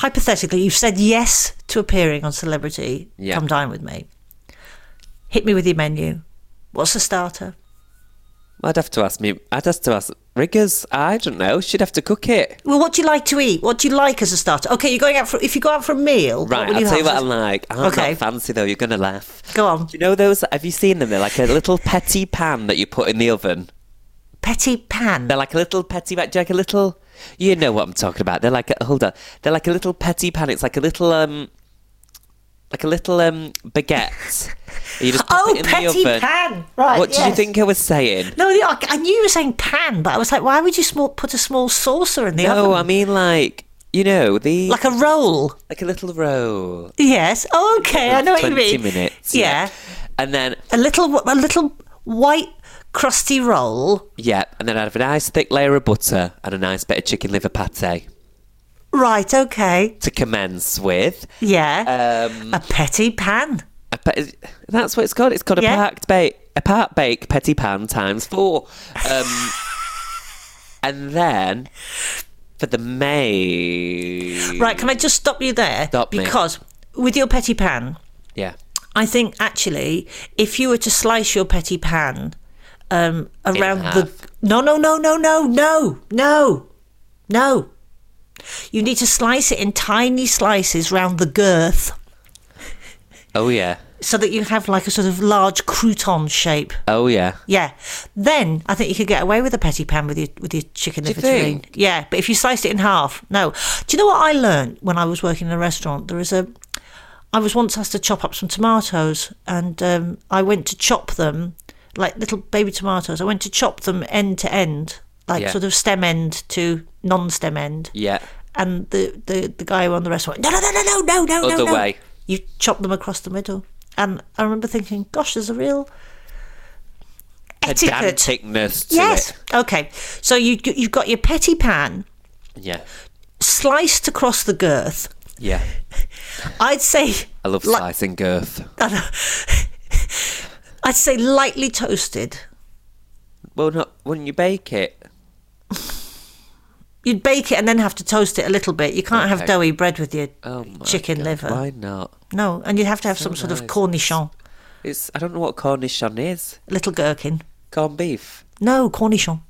[SPEAKER 2] hypothetically you've said yes to appearing on Celebrity.
[SPEAKER 1] Yeah.
[SPEAKER 2] Come dine with me. Hit me with your menu. What's the starter?
[SPEAKER 1] I'd have to ask me. I'd have to ask Riggers. I don't know. She'd have to cook it.
[SPEAKER 2] Well, what do you like to eat? What do you like as a starter? Okay, you're going out for if you go out for a meal.
[SPEAKER 1] Right.
[SPEAKER 2] will
[SPEAKER 1] I'll tell you what
[SPEAKER 2] have
[SPEAKER 1] I
[SPEAKER 2] for-
[SPEAKER 1] like. I'm
[SPEAKER 2] Okay.
[SPEAKER 1] not fancy though. You're gonna laugh.
[SPEAKER 2] Go on.
[SPEAKER 1] Do you know those? Have you seen them? They're like a little petty pan that you put in the oven.
[SPEAKER 2] Petty pan.
[SPEAKER 1] They're like a little petty pan. do you Like a little. You know what I'm talking about. They're like. A, hold on. They're like a little petty pan. It's like a little um. Like a little um baguette. you just put
[SPEAKER 2] Oh,
[SPEAKER 1] it in
[SPEAKER 2] petty
[SPEAKER 1] the oven.
[SPEAKER 2] pan. Right.
[SPEAKER 1] what did you
[SPEAKER 2] yes.
[SPEAKER 1] think I was saying?
[SPEAKER 2] No, I, I knew you were saying pan, but I was like, why would you small, put a small saucer in the oven?
[SPEAKER 1] No, I mean like you know the
[SPEAKER 2] like a roll.
[SPEAKER 1] like a little roll.
[SPEAKER 2] Yes. Oh, okay. I know what you
[SPEAKER 1] 20
[SPEAKER 2] mean.
[SPEAKER 1] minutes.
[SPEAKER 2] Yeah.
[SPEAKER 1] And then
[SPEAKER 2] A little, a little white crusty roll.
[SPEAKER 1] Yeah, and then I'd have a nice thick layer of butter and a nice bit of chicken liver pate
[SPEAKER 2] Right, okay.
[SPEAKER 1] to commence with. Um,
[SPEAKER 2] Yeah. a petty pan.
[SPEAKER 1] A pe- that's what it's called. It's called
[SPEAKER 2] Yeah.
[SPEAKER 1] a parked bake, a part bake petty pan times four. Um, and then for the main,
[SPEAKER 2] Right, can I just stop you there?
[SPEAKER 1] Stop me.
[SPEAKER 2] because with your petty pan,
[SPEAKER 1] yeah,
[SPEAKER 2] I think actually, if you were to slice your petty pan um, around the
[SPEAKER 1] half.
[SPEAKER 2] no no no no no no no no, you need to slice it in tiny slices round the girth
[SPEAKER 1] oh yeah,
[SPEAKER 2] so that you have like a sort of large crouton shape.
[SPEAKER 1] oh yeah.
[SPEAKER 2] Yeah. Then I think you could get away with a petty pan with your with your chicken liver
[SPEAKER 1] think?
[SPEAKER 2] terrine. Yeah, but if you sliced it in half, no. Do you know what I learned when I was working in a restaurant? There is a I was once asked to chop up some tomatoes and um, I went to chop them like little baby tomatoes. I went to chop them end to end, like
[SPEAKER 1] Yeah.
[SPEAKER 2] sort of stem end to non stem end.
[SPEAKER 1] Yeah.
[SPEAKER 2] And the, the, the guy on the restaurant, no, no, no, no, no, no, no, no,
[SPEAKER 1] Other
[SPEAKER 2] no.
[SPEAKER 1] way.
[SPEAKER 2] You chop them across the middle. And I remember thinking, gosh, there's a real etiquette.
[SPEAKER 1] Pedanticness to
[SPEAKER 2] Yes. Okay. So you you've got your petty pan
[SPEAKER 1] it. Yeah.
[SPEAKER 2] sliced across the girth.
[SPEAKER 1] Yeah.
[SPEAKER 2] I'd say
[SPEAKER 1] I love
[SPEAKER 2] Like-
[SPEAKER 1] slicing girth.
[SPEAKER 2] I'd say lightly toasted.
[SPEAKER 1] Well, not when you bake it.
[SPEAKER 2] You'd bake it and then have to toast it a little bit. You can't have
[SPEAKER 1] Okay.
[SPEAKER 2] doughy bread with your
[SPEAKER 1] Oh my
[SPEAKER 2] chicken
[SPEAKER 1] God,
[SPEAKER 2] liver.
[SPEAKER 1] Why not?
[SPEAKER 2] No, and you'd have to have some sort of
[SPEAKER 1] nice.
[SPEAKER 2] cornichon,
[SPEAKER 1] It's I don't know what cornichon is.
[SPEAKER 2] little gherkin.
[SPEAKER 1] Corned beef.
[SPEAKER 2] No, cornichon,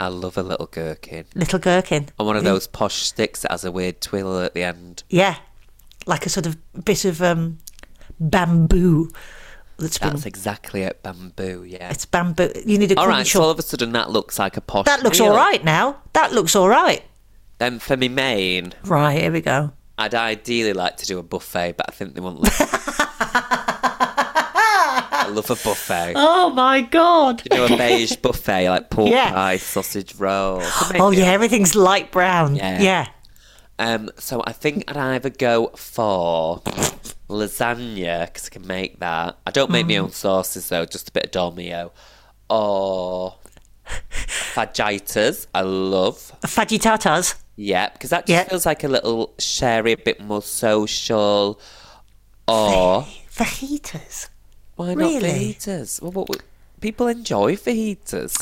[SPEAKER 1] I love a little gherkin.
[SPEAKER 2] little gherkin.
[SPEAKER 1] And one of those posh sticks that has a weird twiddle at the end.
[SPEAKER 2] Yeah, like a sort of bit of um, bamboo that's been.
[SPEAKER 1] That's exactly it. Bamboo. Yeah.
[SPEAKER 2] it's bamboo. You need a
[SPEAKER 1] all
[SPEAKER 2] cornichon.
[SPEAKER 1] right. So all of a sudden that looks like a posh.
[SPEAKER 2] that looks
[SPEAKER 1] meal.
[SPEAKER 2] all right now. That looks all right.
[SPEAKER 1] Then for me main,
[SPEAKER 2] Right, here we go.
[SPEAKER 1] I'd ideally like to do a buffet, but I think they won't. Let me. I love a buffet.
[SPEAKER 2] Oh my god.
[SPEAKER 1] You know, a beige buffet like pork
[SPEAKER 2] Yeah.
[SPEAKER 1] pie, sausage roll.
[SPEAKER 2] Oh yeah, everything's light brown. Yeah.
[SPEAKER 1] Yeah. Um, so I think I'd either go for lasagna because I can make that. I don't make
[SPEAKER 2] Mm.
[SPEAKER 1] my own sauces though, just a bit of dolmio or fajitas. I love,
[SPEAKER 2] Fajitatas.
[SPEAKER 1] yeah, because that just
[SPEAKER 2] Yeah.
[SPEAKER 1] feels like a little sherry, a bit more social. Or
[SPEAKER 2] Fajitas.
[SPEAKER 1] why not
[SPEAKER 2] Really?
[SPEAKER 1] fajitas? Well, what, would- people enjoy fajitas.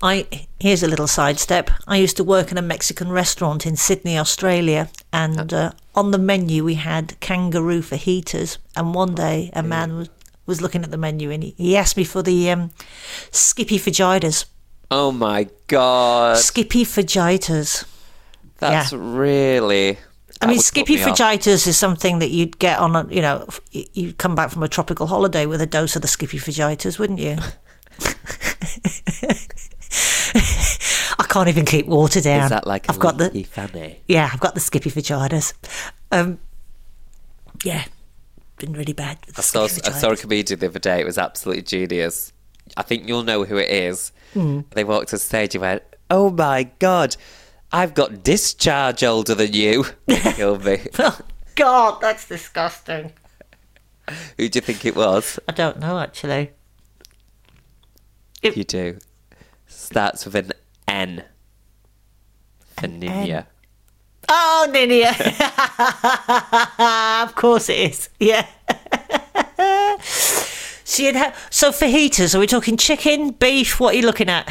[SPEAKER 2] I here's a little sidestep. I used to work in a Mexican restaurant in Sydney, Australia,
[SPEAKER 1] Oh.
[SPEAKER 2] and uh, on the menu we had kangaroo fajitas. And
[SPEAKER 1] Oh,
[SPEAKER 2] one day a man was, was looking at the menu and he, he asked me for the um, Skippy fajitas.
[SPEAKER 1] Oh my god,
[SPEAKER 2] Skippy fajitas.
[SPEAKER 1] that's really.
[SPEAKER 2] I
[SPEAKER 1] that
[SPEAKER 2] mean,
[SPEAKER 1] would put
[SPEAKER 2] skippy
[SPEAKER 1] me off.
[SPEAKER 2] fajitas is something that you'd get on a, you know, f- y- you'd come back from a tropical holiday with a dose of the skippy fajitas, wouldn't you? I can't even keep water down.
[SPEAKER 1] Is that like a
[SPEAKER 2] I've got the
[SPEAKER 1] fanny?
[SPEAKER 2] yeah, I've got the skippy fajitas. Um, yeah, been really bad. With the
[SPEAKER 1] I saw,
[SPEAKER 2] skippy
[SPEAKER 1] I saw a
[SPEAKER 2] fajitas.
[SPEAKER 1] comedian the other day. It was absolutely genius. I think you'll know who it is. They walked on stage and went, "Oh my god, I've got discharge older than you." Killed me.
[SPEAKER 2] God, that's disgusting.
[SPEAKER 1] who do you think it was?
[SPEAKER 2] I don't know actually.
[SPEAKER 1] You do. Starts with an N. Aninia.
[SPEAKER 2] Oh, Ninia. of course it is. Yeah. so you'd have so fajitas. Are we talking chicken, beef? What are you looking at?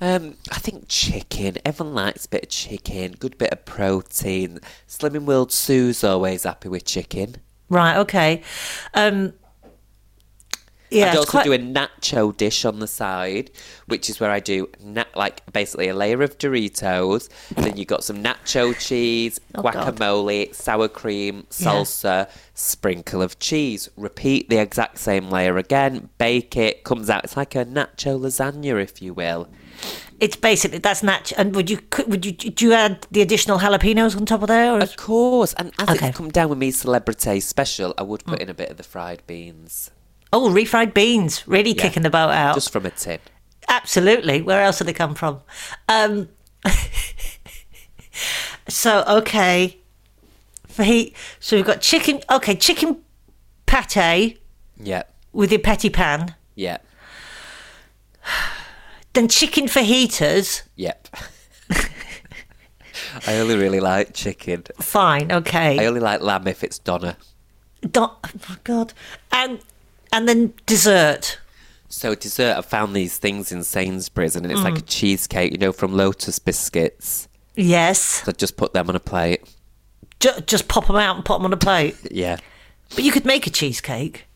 [SPEAKER 1] Um, I think chicken. Everyone likes a bit of chicken. Good bit of protein. Slimming World Sue's always happy with chicken.
[SPEAKER 2] Right. Okay. Um, yeah.
[SPEAKER 1] I'd
[SPEAKER 2] it's
[SPEAKER 1] also
[SPEAKER 2] quite-
[SPEAKER 1] do a nacho dish on the side, which is where I do na- like basically a layer of Doritos. then you got some nacho cheese,
[SPEAKER 2] Oh,
[SPEAKER 1] guacamole, sour cream, salsa, sprinkle of cheese. Repeat the exact same layer again. Bake it. Comes out. It's like a nacho lasagna, if you will.
[SPEAKER 2] it's basically that's nat. And would you cook- would you do you add the additional jalapenos on top of there? Or
[SPEAKER 1] Of course. And as
[SPEAKER 2] Okay. Mm.
[SPEAKER 1] it's come down with me celebrity special, I would put in a bit of the fried beans,
[SPEAKER 2] oh, refried beans, really kicking the boat out.
[SPEAKER 1] just from a tin.
[SPEAKER 2] Absolutely. Where else do they come from? Um, so okay, Fajit. So we've got chicken. Okay, chicken pate
[SPEAKER 1] Yeah.
[SPEAKER 2] with your petty pan.
[SPEAKER 1] Yeah.
[SPEAKER 2] Then chicken fajitas.
[SPEAKER 1] Yep. I only really like chicken.
[SPEAKER 2] Fine, okay.
[SPEAKER 1] I only like lamb if it's Donna.
[SPEAKER 2] Don't, oh my god. And and then dessert.
[SPEAKER 1] So dessert, I found these things in Sainsbury's, and it's
[SPEAKER 2] Mm.
[SPEAKER 1] like a cheesecake, you know, from Lotus biscuits.
[SPEAKER 2] Yes.
[SPEAKER 1] So I just put them on a plate.
[SPEAKER 2] Ju- just pop them out and pop them on a plate.
[SPEAKER 1] Yeah,
[SPEAKER 2] But you could make a cheesecake.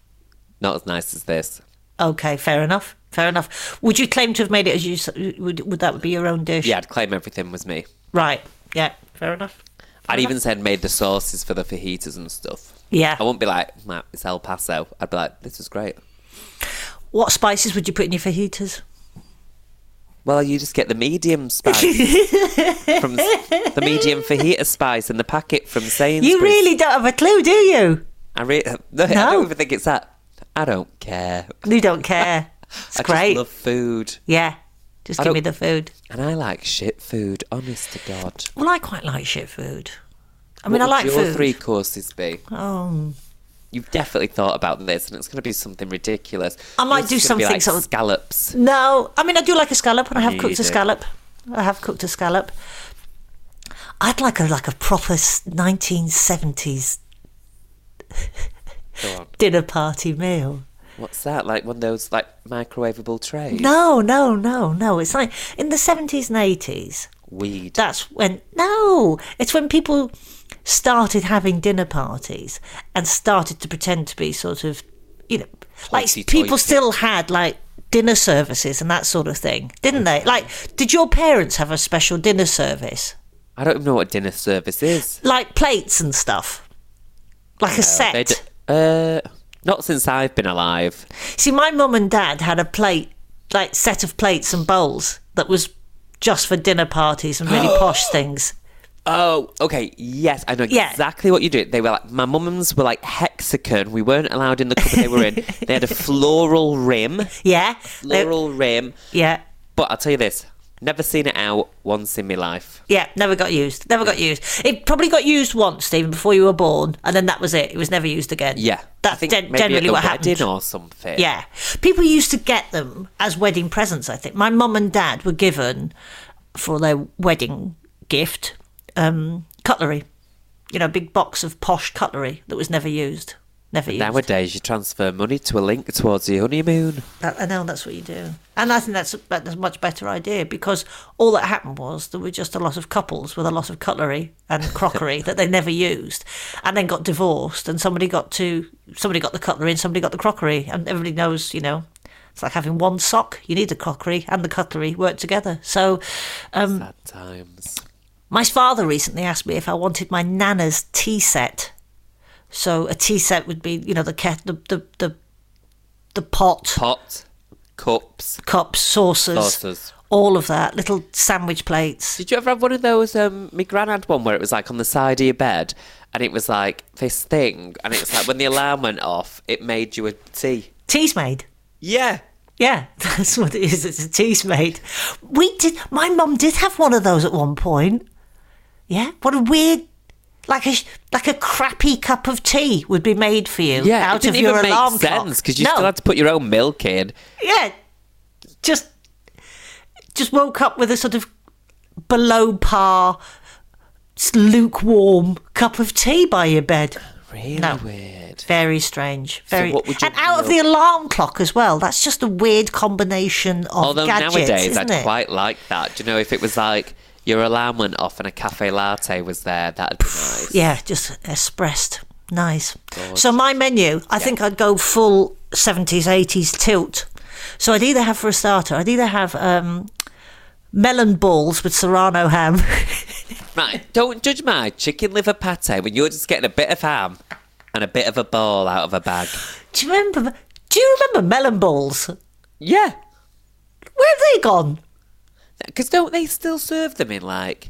[SPEAKER 1] not as nice as this.
[SPEAKER 2] Okay, fair enough. Fair enough. Would you claim to have made it as you s- would? Would that be your own dish?
[SPEAKER 1] Yeah, I'd claim everything was me.
[SPEAKER 2] Right. Yeah. Fair enough.
[SPEAKER 1] I'd even said made the sauces for the fajitas and stuff.
[SPEAKER 2] Yeah.
[SPEAKER 1] I wouldn't be like, "Nah, it's El Paso. I'd be like, this is great.
[SPEAKER 2] What spices would you put in your fajitas?
[SPEAKER 1] Well, you just get the medium spice from the medium fajita spice in the packet from Sainsbury's.
[SPEAKER 2] You really don't have a clue, do you?
[SPEAKER 1] I, re- no, I
[SPEAKER 2] No.
[SPEAKER 1] don't even think it's that. I don't care.
[SPEAKER 2] You don't care. It's
[SPEAKER 1] I
[SPEAKER 2] great.
[SPEAKER 1] just love food.
[SPEAKER 2] yeah. Just
[SPEAKER 1] I
[SPEAKER 2] give
[SPEAKER 1] don't-
[SPEAKER 2] me the food.
[SPEAKER 1] And I like shit food, honest to God.
[SPEAKER 2] Well, I quite like shit food. I mean,
[SPEAKER 1] what
[SPEAKER 2] I like
[SPEAKER 1] would your
[SPEAKER 2] food.
[SPEAKER 1] three courses be?
[SPEAKER 2] Oh,
[SPEAKER 1] You've definitely thought about this, and it's going to be something ridiculous.
[SPEAKER 2] I might
[SPEAKER 1] Yours
[SPEAKER 2] do
[SPEAKER 1] is gonna be
[SPEAKER 2] something
[SPEAKER 1] like
[SPEAKER 2] sort of-
[SPEAKER 1] scallops.
[SPEAKER 2] No, I mean I do like a scallop, and I have
[SPEAKER 1] Yeah,
[SPEAKER 2] cooked
[SPEAKER 1] you
[SPEAKER 2] a
[SPEAKER 1] do.
[SPEAKER 2] scallop. I have cooked a scallop. I'd like a like a proper nineteen seventies
[SPEAKER 1] Go on.
[SPEAKER 2] dinner party meal.
[SPEAKER 1] What's that? Like one of those like microwavable trays?
[SPEAKER 2] No, no, no, no. It's like in the seventies and eighties.
[SPEAKER 1] Weed.
[SPEAKER 2] That's when no, it's when people started having dinner parties and started to pretend to be sort of, you know, like
[SPEAKER 1] Hoity-toity.
[SPEAKER 2] people still had like dinner services and that sort of thing, didn't they? Like, did your parents have a special dinner service?
[SPEAKER 1] I don't even know what dinner service is.
[SPEAKER 2] like plates and stuff, like a
[SPEAKER 1] They
[SPEAKER 2] set.
[SPEAKER 1] d- uh, not since I've been alive.
[SPEAKER 2] See, my mum and dad had a plate, like set of plates and bowls that was just for dinner parties and really posh things.
[SPEAKER 1] Oh, okay. Yes, I know
[SPEAKER 2] Yeah.
[SPEAKER 1] exactly what you do. They were like my mum's were like hexagon. We weren't allowed in the cupboard they were in. They had a floral rim,
[SPEAKER 2] Yeah, They-
[SPEAKER 1] floral rim.
[SPEAKER 2] yeah,
[SPEAKER 1] But I'll tell you this: never seen it out once in my life.
[SPEAKER 2] yeah. Never got used. Never got used. It probably got used once, Stephen, before you were born, and then that was it. It was never used again.
[SPEAKER 1] Yeah, I
[SPEAKER 2] that's
[SPEAKER 1] think
[SPEAKER 2] gen-
[SPEAKER 1] maybe at
[SPEAKER 2] generally
[SPEAKER 1] a
[SPEAKER 2] what
[SPEAKER 1] wedding
[SPEAKER 2] happened.
[SPEAKER 1] or something.
[SPEAKER 2] Yeah. People used to get them as wedding presents, I think. My mum and dad were given for their wedding gift um, cutlery. You know, a big box of posh cutlery that was never used. Never used.
[SPEAKER 1] Nowadays, you transfer money to a link towards your honeymoon.
[SPEAKER 2] That- I know that's what you do. And I think that's, that's a much better idea because all that happened was there were just a lot of couples with a lot of cutlery and crockery that they never used and then got divorced and somebody got to somebody got the cutlery and somebody got the crockery and everybody knows, you know, it's like having one sock. You need the crockery and the cutlery work together. So um,
[SPEAKER 1] Bad times.
[SPEAKER 2] my father recently asked me if I wanted my nana's tea set. So a tea set would be, you know, the ket- the the the, the pot
[SPEAKER 1] Pot, cups,
[SPEAKER 2] cups, saucers,
[SPEAKER 1] saucers.
[SPEAKER 2] all of that, little sandwich plates.
[SPEAKER 1] Did you ever have one of those? Um, my gran had one where it was like on the side of your bed, and it was like this thing, and it was like when the alarm went off, it made you a tea.
[SPEAKER 2] Tea's made.
[SPEAKER 1] Yeah.
[SPEAKER 2] Yeah, that's what it is. It's a tea's made. We did. My mum did have one of those at one point. Yeah, what a weird, like a sh- like a crappy cup of tea would be made for you
[SPEAKER 1] Yeah,
[SPEAKER 2] out
[SPEAKER 1] it didn't
[SPEAKER 2] of your
[SPEAKER 1] even
[SPEAKER 2] alarm
[SPEAKER 1] make sense
[SPEAKER 2] clock.
[SPEAKER 1] because you
[SPEAKER 2] no,
[SPEAKER 1] still had to put your own milk in.
[SPEAKER 2] yeah, just just woke up with a sort of below par, s- lukewarm cup of tea by your bed.
[SPEAKER 1] Really
[SPEAKER 2] No.
[SPEAKER 1] weird.
[SPEAKER 2] Very strange. Very
[SPEAKER 1] what would you
[SPEAKER 2] and out of the alarm clock as well. That's just a weird combination of
[SPEAKER 1] Although
[SPEAKER 2] gadgets,
[SPEAKER 1] nowadays
[SPEAKER 2] isn't
[SPEAKER 1] I'd
[SPEAKER 2] it?
[SPEAKER 1] quite like that. Do you know if it was like your alarm went off and a cafe latte was there, that'd be nice.
[SPEAKER 2] Yeah, just expressed. Nice. So my menu, I think I'd go full seventies, eighties tilt. So I'd either have for a starter, I'd either have um, melon balls with serrano ham.
[SPEAKER 1] Right, don't judge my chicken liver pate when you're just getting a bit of ham and a bit of a ball out of a bag.
[SPEAKER 2] do you remember? Do you remember melon balls? Where
[SPEAKER 1] Yeah,
[SPEAKER 2] have they gone?
[SPEAKER 1] because don't they still serve them in like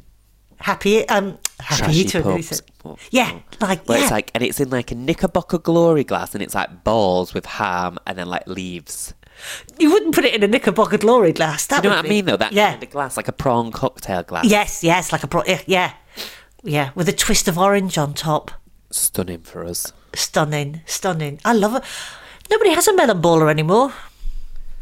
[SPEAKER 2] Happy, um, happy
[SPEAKER 1] trashy
[SPEAKER 2] eating.
[SPEAKER 1] pubs?
[SPEAKER 2] Yeah, like
[SPEAKER 1] Where
[SPEAKER 2] yeah.
[SPEAKER 1] it's like, and it's in like a knickerbocker glory glass, and it's like balls with ham and then like leaves.
[SPEAKER 2] You wouldn't put it in a knickerbocker glory glass. That
[SPEAKER 1] You know what
[SPEAKER 2] would
[SPEAKER 1] I
[SPEAKER 2] be-
[SPEAKER 1] mean, though? That
[SPEAKER 2] yeah,
[SPEAKER 1] kind of glass, like a prawn cocktail glass.
[SPEAKER 2] yes, yes, like a pro- yeah, yeah, yeah, with a twist of orange on top.
[SPEAKER 1] Stunning for us.
[SPEAKER 2] Stunning, stunning. I love it. Nobody has a melon baller anymore.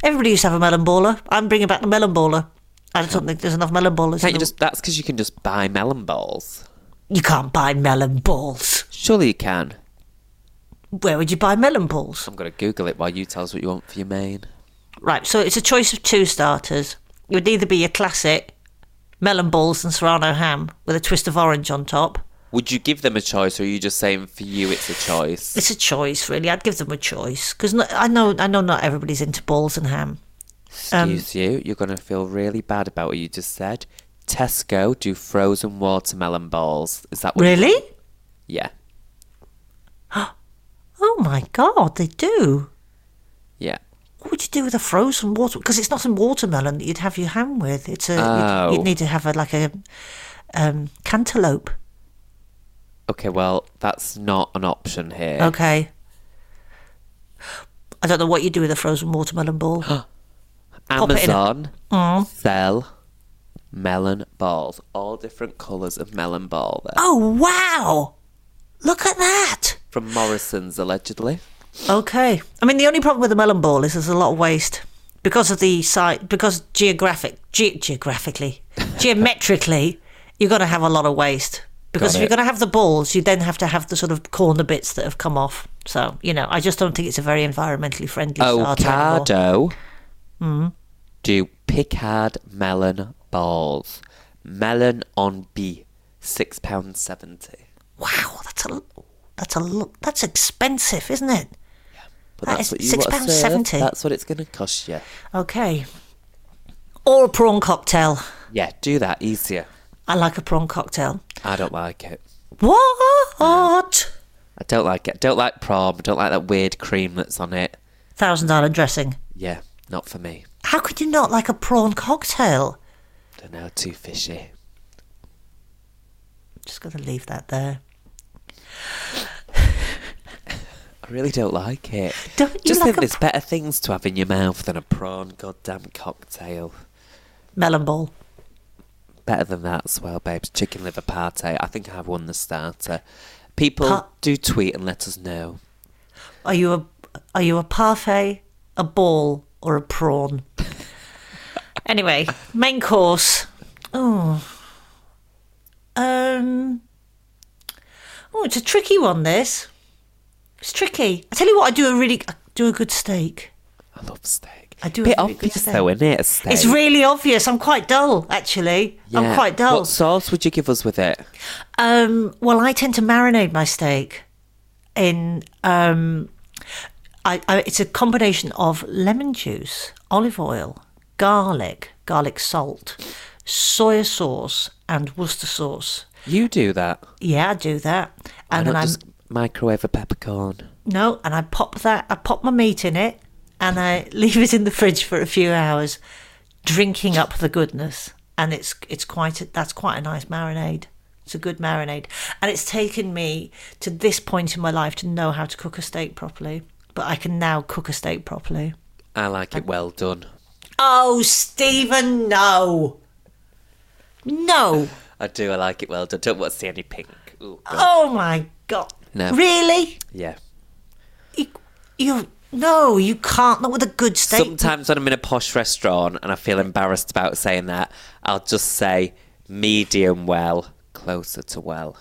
[SPEAKER 2] Everybody used to have a melon baller. I'm bringing back the melon baller. I don't think there's enough melon ballers.
[SPEAKER 1] Can't you
[SPEAKER 2] in the-
[SPEAKER 1] just? That's because you can just buy melon balls.
[SPEAKER 2] You can't buy melon balls.
[SPEAKER 1] Surely you can.
[SPEAKER 2] Where would you buy melon balls?
[SPEAKER 1] I'm gonna Google it while you tell us what you want for your main.
[SPEAKER 2] Right, so it's a choice of two starters. It would either be your classic melon balls and serrano ham with a twist of orange on top.
[SPEAKER 1] Would you give them a choice, or are you just saying for you it's a choice?
[SPEAKER 2] It's a choice, really. I'd give them a choice because I know I know not everybody's into balls and ham. um,
[SPEAKER 1] Excuse you, you're gonna feel really bad about what you just said. Tesco do frozen watermelon balls. Is that what
[SPEAKER 2] Really?
[SPEAKER 1] Yeah,
[SPEAKER 2] Oh my god, they do.
[SPEAKER 1] yeah.
[SPEAKER 2] What would you do with a frozen water? Because it's not a watermelon that you'd have your ham with. It's a
[SPEAKER 1] Oh.
[SPEAKER 2] you'd, you'd need to have a, like a um, cantaloupe.
[SPEAKER 1] Okay, well that's not an option here.
[SPEAKER 2] Okay. I don't know what you do with a frozen watermelon ball. pop it in.
[SPEAKER 1] Amazon sell melon balls, all different colours of melon ball. There.
[SPEAKER 2] oh wow! Look at that.
[SPEAKER 1] From Morrison's allegedly.
[SPEAKER 2] Okay. I mean, the only problem with the melon ball is there's a lot of waste because of the site, because geographic, ge- geographically, geometrically, you're going to have a lot of waste. Because if you're going to have the balls, you then have to have the sort of corner bits that have come off. So you know, I just don't think it's a very environmentally friendly
[SPEAKER 1] Oh,
[SPEAKER 2] starter anymore.
[SPEAKER 1] Ocado Hmm. do Picard melon balls. Melon on B, six pound seventy.
[SPEAKER 2] Wow, that's a that's a lo- that's expensive, isn't it?
[SPEAKER 1] But
[SPEAKER 2] That
[SPEAKER 1] that's
[SPEAKER 2] is
[SPEAKER 1] what you
[SPEAKER 2] six
[SPEAKER 1] wanna
[SPEAKER 2] pound
[SPEAKER 1] serve.
[SPEAKER 2] seventy.
[SPEAKER 1] That's what it's going to cost you.
[SPEAKER 2] Okay. Or a prawn cocktail.
[SPEAKER 1] Yeah, do that easier.
[SPEAKER 2] I like a prawn cocktail.
[SPEAKER 1] I don't like it.
[SPEAKER 2] What?
[SPEAKER 1] I don't like it. I don't like prom. I don't like that weird cream that's on it.
[SPEAKER 2] Thousand Island dressing.
[SPEAKER 1] Yeah, not for me.
[SPEAKER 2] How could you not like a prawn cocktail?
[SPEAKER 1] Don't know, too fishy.
[SPEAKER 2] Just gonna leave that there.
[SPEAKER 1] I really don't like it.
[SPEAKER 2] Don't you
[SPEAKER 1] Just
[SPEAKER 2] like
[SPEAKER 1] think
[SPEAKER 2] a
[SPEAKER 1] there's better things to have in your mouth than a prawn goddamn cocktail.
[SPEAKER 2] melon ball?
[SPEAKER 1] Better than that as well, babes. Chicken liver pate. I think I've won the starter. People
[SPEAKER 2] Pa-
[SPEAKER 1] do tweet and let us know.
[SPEAKER 2] Are you a are you a parfait, a ball, or a prawn? anyway, main course. Oh, um, oh, it's a tricky one. This it's tricky. I tell you what, I do a really I do a good steak.
[SPEAKER 1] I love steak.
[SPEAKER 2] I do
[SPEAKER 1] Bit
[SPEAKER 2] have a good
[SPEAKER 1] obvious
[SPEAKER 2] steak.
[SPEAKER 1] though, isn't it? a steak?
[SPEAKER 2] It's really obvious. I'm quite dull, actually. I'm
[SPEAKER 1] Yeah.
[SPEAKER 2] quite dull.
[SPEAKER 1] What sauce would you give us with it?
[SPEAKER 2] Um, well, I tend to marinate my steak in. Um, I, I, it's a combination of lemon juice, olive oil, garlic, garlic salt, soy sauce, and Worcester sauce.
[SPEAKER 1] You do that.
[SPEAKER 2] Yeah, I do that, and
[SPEAKER 1] Why
[SPEAKER 2] then
[SPEAKER 1] not
[SPEAKER 2] I
[SPEAKER 1] just microwave a peppercorn.
[SPEAKER 2] no, and I pop that. I pop my meat in it, and I leave it in the fridge for a few hours, drinking up the goodness. And it's it's quite a, that's quite a nice marinade. It's a good marinade, and it's taken me to this point in my life to know how to cook a steak properly. But I can now cook a steak properly.
[SPEAKER 1] I like it well done.
[SPEAKER 2] Oh, Stephen, no, no.
[SPEAKER 1] I do. I like it well done. Don't want to see any pink. Ooh, God.
[SPEAKER 2] Oh my God,
[SPEAKER 1] No.
[SPEAKER 2] really?
[SPEAKER 1] yeah.
[SPEAKER 2] You, you no, you can't. Not with a good steak.
[SPEAKER 1] Sometimes when I'm in a posh restaurant and I feel embarrassed about saying that, I'll just say medium well, closer to well,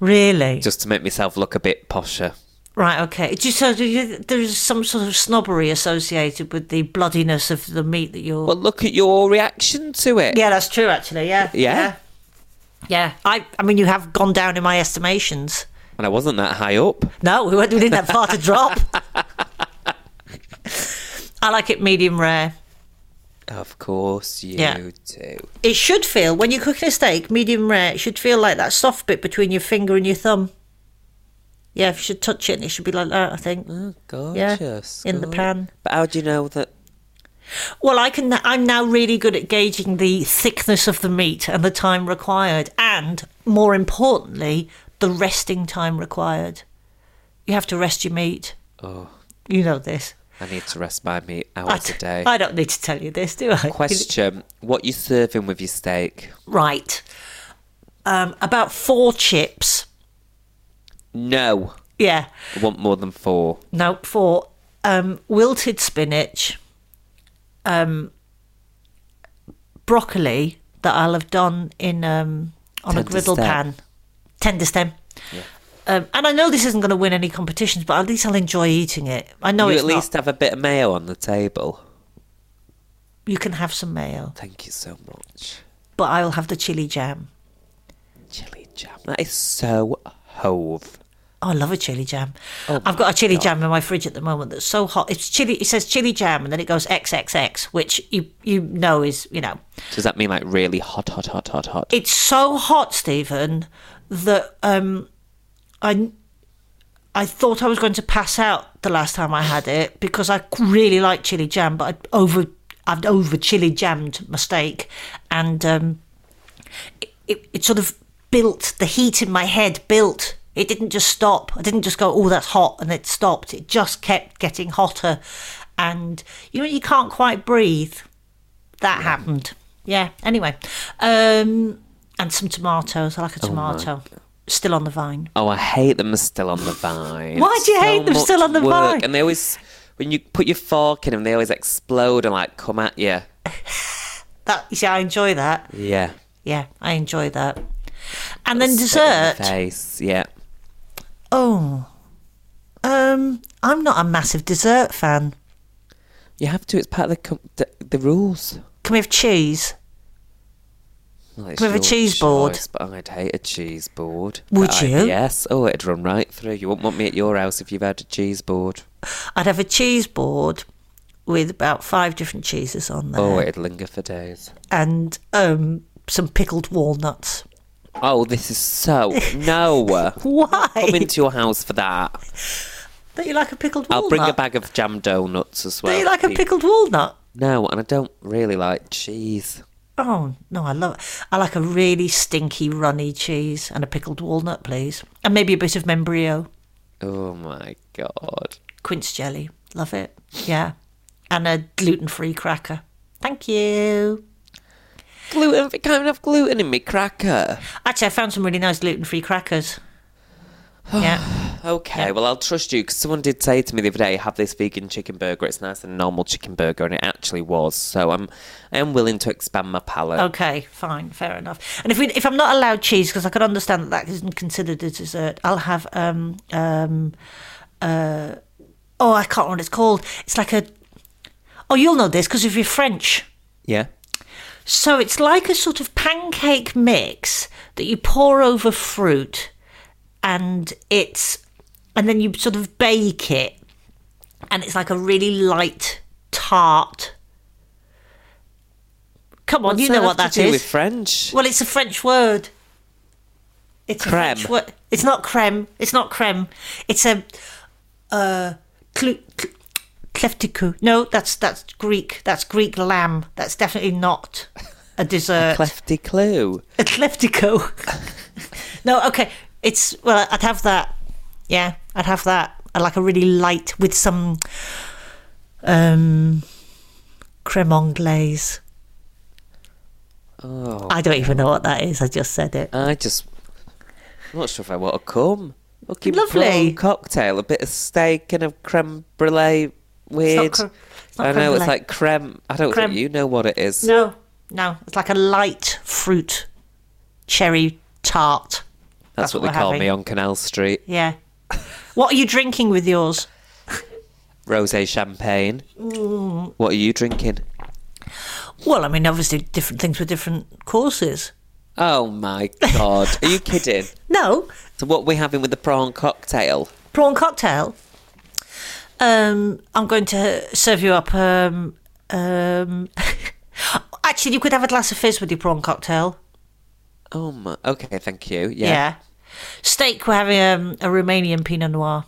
[SPEAKER 2] really?
[SPEAKER 1] just to make myself look a bit posher.
[SPEAKER 2] Right, okay. Do you, so do you, there's some sort of snobbery associated with the bloodiness of the meat that you're.
[SPEAKER 1] But look at your reaction to it.
[SPEAKER 2] yeah, that's true, actually. Yeah.
[SPEAKER 1] Yeah.
[SPEAKER 2] Yeah. Yeah. I, I mean, you have gone down in my estimations.
[SPEAKER 1] And I wasn't that high up.
[SPEAKER 2] No, we, weren't, we didn't have far to drop. I like it medium rare.
[SPEAKER 1] Of course you
[SPEAKER 2] Yeah.
[SPEAKER 1] do.
[SPEAKER 2] It should feel, when you're cooking a steak, medium rare, it should feel like that soft bit between your finger and your thumb. Yeah, if you should touch it, and it should be like that, I think.
[SPEAKER 1] Oh, Gorgeous.
[SPEAKER 2] in the
[SPEAKER 1] good.
[SPEAKER 2] pan.
[SPEAKER 1] But how do you know that?
[SPEAKER 2] Well, I can. I'm now really good at gauging the thickness of the meat and the time required, and more importantly, the resting time required. You have to rest your meat.
[SPEAKER 1] Oh,
[SPEAKER 2] You know this.
[SPEAKER 1] I need to rest my meat
[SPEAKER 2] I,
[SPEAKER 1] hours
[SPEAKER 2] d-
[SPEAKER 1] a day.
[SPEAKER 2] I don't need to tell you this, do I?
[SPEAKER 1] Question: What you serving with your steak?
[SPEAKER 2] Right. Um, about four chips.
[SPEAKER 1] No,
[SPEAKER 2] Yeah.
[SPEAKER 1] I want more than four.
[SPEAKER 2] No, four. um, wilted spinach, um, broccoli that I'll have done in um, on
[SPEAKER 1] Tender
[SPEAKER 2] a griddle
[SPEAKER 1] stem.
[SPEAKER 2] pan, tender stem. Um, and I know this isn't going to win any competitions, but at least I'll enjoy eating it. I know
[SPEAKER 1] you
[SPEAKER 2] it's
[SPEAKER 1] at least
[SPEAKER 2] not.
[SPEAKER 1] have a bit of mayo on the table.
[SPEAKER 2] You can have some mayo,
[SPEAKER 1] Thank you so much.
[SPEAKER 2] but I'll have the chili jam.
[SPEAKER 1] Chili jam. That is so hove.
[SPEAKER 2] Oh, I love a chili jam.
[SPEAKER 1] Oh
[SPEAKER 2] I've got a chili jam in my fridge at the moment that's so hot. It's chili. It says chili jam, and then it goes XXX, which you you know is you know
[SPEAKER 1] Does that mean like really hot, hot, hot, hot, hot?
[SPEAKER 2] it's so hot, Stephen, that um, I I thought I was going to pass out the last time I had it because I really like chili jam, but I over I've over chili jammed my steak, and um, it, it, it sort of built the heat in my head built. It didn't just stop. I didn't just go, oh, that's hot, and it stopped. It just kept getting hotter, and you know you can't quite breathe that happened. Yeah. Anyway, um, and some tomatoes. I like a tomato. Still on the vine.
[SPEAKER 1] Oh, I hate them still on the vine.
[SPEAKER 2] Why do you hate them
[SPEAKER 1] much
[SPEAKER 2] still on the
[SPEAKER 1] work.
[SPEAKER 2] vine?
[SPEAKER 1] And they always, when you put your fork in them, they always explode and like come at you.
[SPEAKER 2] That you see, I enjoy that.
[SPEAKER 1] Yeah.
[SPEAKER 2] Yeah, I enjoy that. And then
[SPEAKER 1] Spit in the
[SPEAKER 2] dessert.
[SPEAKER 1] Face. Yeah.
[SPEAKER 2] Oh, um, I'm not a massive dessert fan.
[SPEAKER 1] You have to. It's part of the com- the, the rules.
[SPEAKER 2] Can we have cheese?
[SPEAKER 1] Well, it's
[SPEAKER 2] With a
[SPEAKER 1] your
[SPEAKER 2] cheese board.
[SPEAKER 1] choice, but I'd hate a cheese board.
[SPEAKER 2] Would
[SPEAKER 1] But I-
[SPEAKER 2] you?
[SPEAKER 1] yes. Oh, it'd run right through. You wouldn't want me at your house if you've had a cheese board.
[SPEAKER 2] I'd have a cheese board with about five different cheeses on there,
[SPEAKER 1] Oh, it'd linger for days.
[SPEAKER 2] and um, some pickled walnuts.
[SPEAKER 1] Oh, this is so no.
[SPEAKER 2] Why?
[SPEAKER 1] Come into your house for that.
[SPEAKER 2] Don't you like a pickled walnut?
[SPEAKER 1] I'll bring a bag of jam donuts as well.
[SPEAKER 2] Don't you like a
[SPEAKER 1] Pete.
[SPEAKER 2] pickled walnut?
[SPEAKER 1] No, and I don't really like cheese.
[SPEAKER 2] Oh no, I love it. I like a really stinky runny cheese and a pickled walnut, please, and maybe a bit of membrio,
[SPEAKER 1] Oh my god.
[SPEAKER 2] quince jelly. Love it. Yeah, and a gluten-free cracker. Thank you.
[SPEAKER 1] Gluten, I can't have gluten in me cracker.
[SPEAKER 2] Actually, I found some really nice gluten-free crackers. Yeah,
[SPEAKER 1] Okay, well, I'll trust you because someone did say to me the other day, have this vegan chicken burger. It's nice and normal chicken burger, and it actually was. So I'm, I am willing to expand my palate.
[SPEAKER 2] okay, fine, fair enough. And if we, if I'm not allowed cheese, because I could understand that that isn't considered a dessert, I'll have um um uh oh, I can't remember what it's called. It's like a oh, you'll know this because if you're French.
[SPEAKER 1] Yeah.
[SPEAKER 2] So it's like a sort of pancake mix that you pour over fruit and it's and then you sort of bake it and it's like a really light tart. Come on, you know what that
[SPEAKER 1] to do with
[SPEAKER 2] is.
[SPEAKER 1] French.
[SPEAKER 2] Well, it's a French word. It's a
[SPEAKER 1] Creme.
[SPEAKER 2] French word. It's not creme. It's not creme. It's a uh cl- cl- cleftico. No, that's that's Greek. That's Greek lamb. That's definitely not a dessert.
[SPEAKER 1] Clefty clue.
[SPEAKER 2] a cleftico. no, okay. It's well, I'd have that. Yeah, I'd have that. I like a really light with some um creme anglaise.
[SPEAKER 1] Oh,
[SPEAKER 2] I don't even know what that is. I just said it.
[SPEAKER 1] I just. I'm not sure if I want to come. Fucking
[SPEAKER 2] Lovely.
[SPEAKER 1] prawn cocktail, a bit of steak and a creme brulee. Weird.
[SPEAKER 2] cre- it's not
[SPEAKER 1] I know
[SPEAKER 2] creme
[SPEAKER 1] it's
[SPEAKER 2] brulee.
[SPEAKER 1] like creme. I don't
[SPEAKER 2] Creme.
[SPEAKER 1] think you know what it is.
[SPEAKER 2] No, no. It's like a light fruit cherry tart.
[SPEAKER 1] That's, what they
[SPEAKER 2] we're
[SPEAKER 1] call
[SPEAKER 2] having.
[SPEAKER 1] me on Canal Street.
[SPEAKER 2] Yeah. What are you drinking with yours?
[SPEAKER 1] Rosé champagne.
[SPEAKER 2] Mm.
[SPEAKER 1] What are you drinking?
[SPEAKER 2] Well, I mean, obviously, different things with different courses.
[SPEAKER 1] Oh my god. Are you kidding?
[SPEAKER 2] No,
[SPEAKER 1] So what are we having with the prawn cocktail?
[SPEAKER 2] prawn cocktail. Um, I'm going to serve you up. Um, um, actually, you could have a glass of fizz with your prawn cocktail.
[SPEAKER 1] Oh my okay, thank you.
[SPEAKER 2] Yeah.
[SPEAKER 1] Yeah.
[SPEAKER 2] Steak. We're having um, a Romanian Pinot Noir.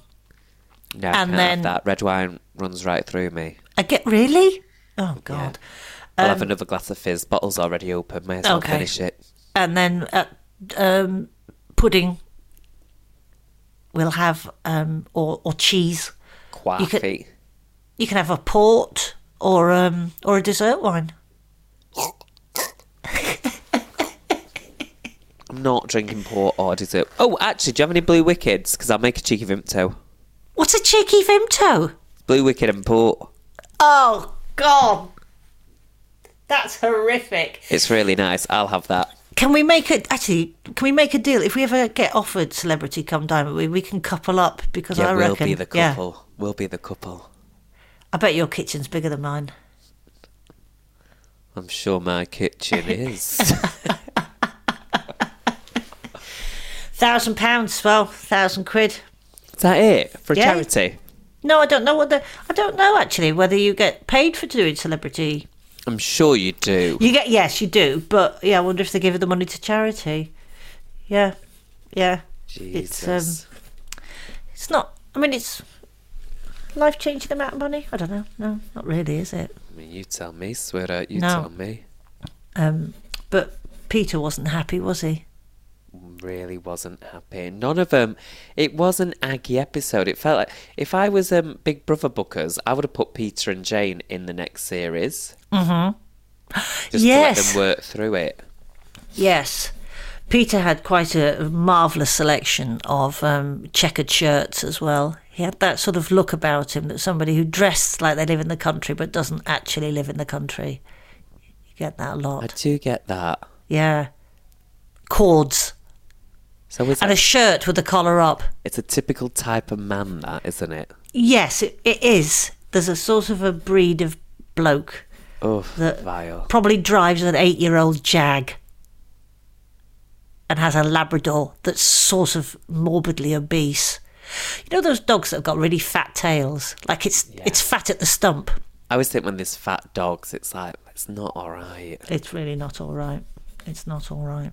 [SPEAKER 1] No, I can't
[SPEAKER 2] And
[SPEAKER 1] have
[SPEAKER 2] then-
[SPEAKER 1] that red wine runs right through me.
[SPEAKER 2] I get really. Oh God.
[SPEAKER 1] I'll have another glass of fizz. Bottle's already open. May as well
[SPEAKER 2] Um, Okay.
[SPEAKER 1] finish it.
[SPEAKER 2] and then uh, um, pudding we'll have um, or or cheese.
[SPEAKER 1] Quaffy.
[SPEAKER 2] You could- You can have a port or um, or a dessert wine.
[SPEAKER 1] I'm not drinking port or dessert. Oh, actually, do you have any blue wickets? Because I'll make a cheeky vimto.
[SPEAKER 2] What's a cheeky vimto?
[SPEAKER 1] Blue Wicked and Port.
[SPEAKER 2] Oh God, that's horrific.
[SPEAKER 1] It's really nice. I'll have that.
[SPEAKER 2] Can we make it? Actually, can we make a deal? If we ever get offered celebrity come diamond, we we can couple up because
[SPEAKER 1] Yeah,
[SPEAKER 2] I
[SPEAKER 1] we'll
[SPEAKER 2] reckon.
[SPEAKER 1] be the
[SPEAKER 2] yeah.
[SPEAKER 1] couple. We'll be the couple.
[SPEAKER 2] I bet your kitchen's bigger than mine.
[SPEAKER 1] I'm sure my kitchen is.
[SPEAKER 2] Thousand pounds, well, thousand quid.
[SPEAKER 1] is that it for
[SPEAKER 2] Yeah.
[SPEAKER 1] charity?
[SPEAKER 2] No, I don't know what the. I don't know actually whether you get paid for doing celebrity.
[SPEAKER 1] I'm sure you do.
[SPEAKER 2] You get yes, you do, but yeah, I wonder if they give the money to charity. Yeah, yeah.
[SPEAKER 1] Jesus.
[SPEAKER 2] It's um, it's not. I mean, it's life changing amount of money. I don't know. No, not really, is it?
[SPEAKER 1] I mean, you tell me, sweetheart. You
[SPEAKER 2] No.
[SPEAKER 1] tell me.
[SPEAKER 2] Um, but Peter wasn't happy, was he?
[SPEAKER 1] Really wasn't happy. None of them. It was an Aggie episode. It felt like if I was um, Big Brother bookers, I would have put Peter and Jane in the next series. Mm-hmm. Just to let
[SPEAKER 2] Yes.
[SPEAKER 1] them work through it.
[SPEAKER 2] Yes. Peter had quite a marvellous selection of um, checkered shirts as well. He had that sort of look about him that somebody who dressed like they live in the country but doesn't actually live in the country. You get that a
[SPEAKER 1] I
[SPEAKER 2] lot.
[SPEAKER 1] do get that.
[SPEAKER 2] Yeah. Cords.
[SPEAKER 1] So is
[SPEAKER 2] And a
[SPEAKER 1] it,
[SPEAKER 2] shirt with the collar up.
[SPEAKER 1] it's a typical type of man, that isn't it?
[SPEAKER 2] Yes, it, it is. There's a sort of a breed of bloke
[SPEAKER 1] Oh,
[SPEAKER 2] that
[SPEAKER 1] vile.
[SPEAKER 2] probably drives an eight year old Jag and has a Labrador that's sort of morbidly obese. You know those dogs that have got really fat tails? Like it's it's fat at the stump.
[SPEAKER 1] I always think when there's fat dogs, it's like it's not all right.
[SPEAKER 2] It's really not all right. It's not all right.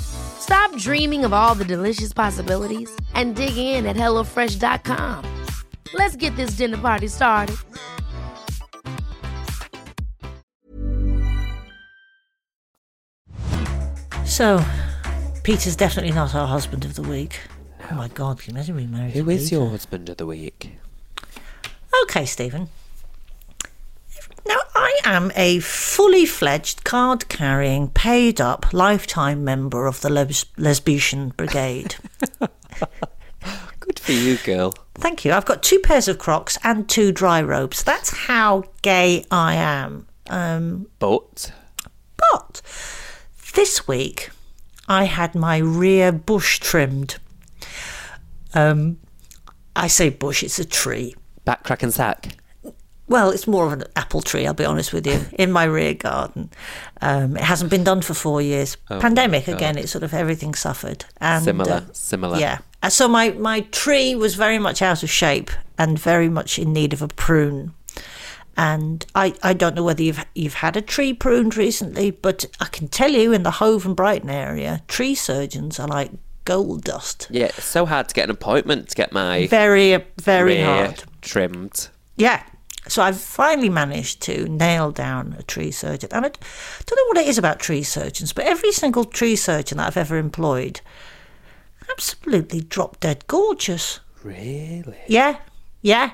[SPEAKER 3] Stop dreaming of all the delicious possibilities and dig in at HelloFresh.com. Let's get this dinner party started.
[SPEAKER 2] So Peter's definitely not our husband of the week. Oh my god, can you imagine being married
[SPEAKER 1] Who
[SPEAKER 2] to
[SPEAKER 1] is
[SPEAKER 2] Peter?
[SPEAKER 1] your husband of the week?
[SPEAKER 2] Okay, Stephen. Now, I am a fully fledged, card carrying, paid up, lifetime member of the Les- Lesbian Brigade.
[SPEAKER 1] Good for you, girl.
[SPEAKER 2] Thank you. I've got two pairs of crocs and two dry robes. That's how gay I am. Um,
[SPEAKER 1] But
[SPEAKER 2] but this week, I had my rear bush trimmed. Um, I say bush, it's a tree.
[SPEAKER 1] back crack and sack.
[SPEAKER 2] Well, it's more of an apple tree, I'll be honest with you, in my rear garden. Um, it hasn't been done for four years. Pandemic, again, it's sort of everything suffered. And,
[SPEAKER 1] Oh, Similar,
[SPEAKER 2] uh,
[SPEAKER 1] similar.
[SPEAKER 2] Yeah. And So my, my tree was very much out of shape and very much in need of a prune. And I, I don't know whether you've you've had a tree pruned recently, but I can tell you in the Hove and Brighton area, tree surgeons are like gold dust.
[SPEAKER 1] Yeah, it's so hard to get an appointment to get my
[SPEAKER 2] Very, uh, very
[SPEAKER 1] rear
[SPEAKER 2] hard.
[SPEAKER 1] trimmed.
[SPEAKER 2] Yeah. So I've finally managed to nail down a tree surgeon. And I d- don't know what it is about tree surgeons, but every single tree surgeon that I've ever employed, absolutely drop dead gorgeous.
[SPEAKER 1] Really?
[SPEAKER 2] Yeah. Yeah.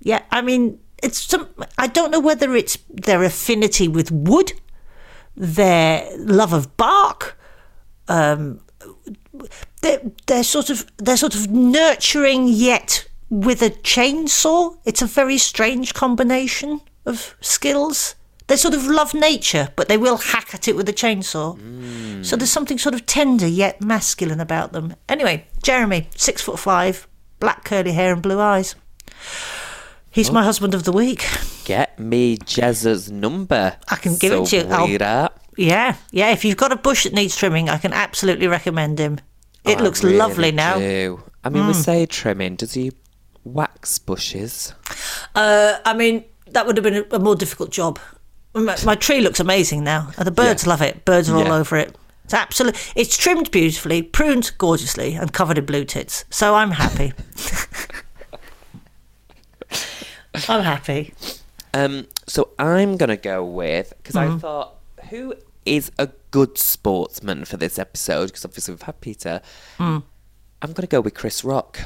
[SPEAKER 2] Yeah. I mean, it's some, I don't know whether it's their affinity with wood, their love of bark, um, they're, they're sort of they're sort of nurturing yet with a chainsaw. It's a very strange combination of skills. They sort of love nature, but they will hack at it with a chainsaw. So there's something sort of tender yet masculine about them. Anyway, Jeremy, six foot five, black curly hair and blue eyes. He's
[SPEAKER 1] Oh.
[SPEAKER 2] my husband of the week.
[SPEAKER 1] Get me Jezza's number.
[SPEAKER 2] I can give it to you. I'll-
[SPEAKER 1] sweetheart.
[SPEAKER 2] Yeah, yeah. If you've got a bush that needs trimming, I can absolutely recommend him. It looks
[SPEAKER 1] Oh, I really
[SPEAKER 2] lovely now. Hmm.
[SPEAKER 1] do. I mean, we say trimming. Does he wax bushes?
[SPEAKER 2] Uh, I mean, that would have been a, a more difficult job. My, my tree looks amazing now. and The birds love it. Birds are all
[SPEAKER 1] Yeah.
[SPEAKER 2] over it. It's absolutely. It's trimmed beautifully, pruned gorgeously, and covered in blue tits. So I'm happy. I'm happy.
[SPEAKER 1] Um, so I'm gonna go with because
[SPEAKER 2] Hmm.
[SPEAKER 1] I thought who is a good sportsman for this episode? Because obviously we've had Peter.
[SPEAKER 2] Hmm.
[SPEAKER 1] I'm gonna go with Chris Rock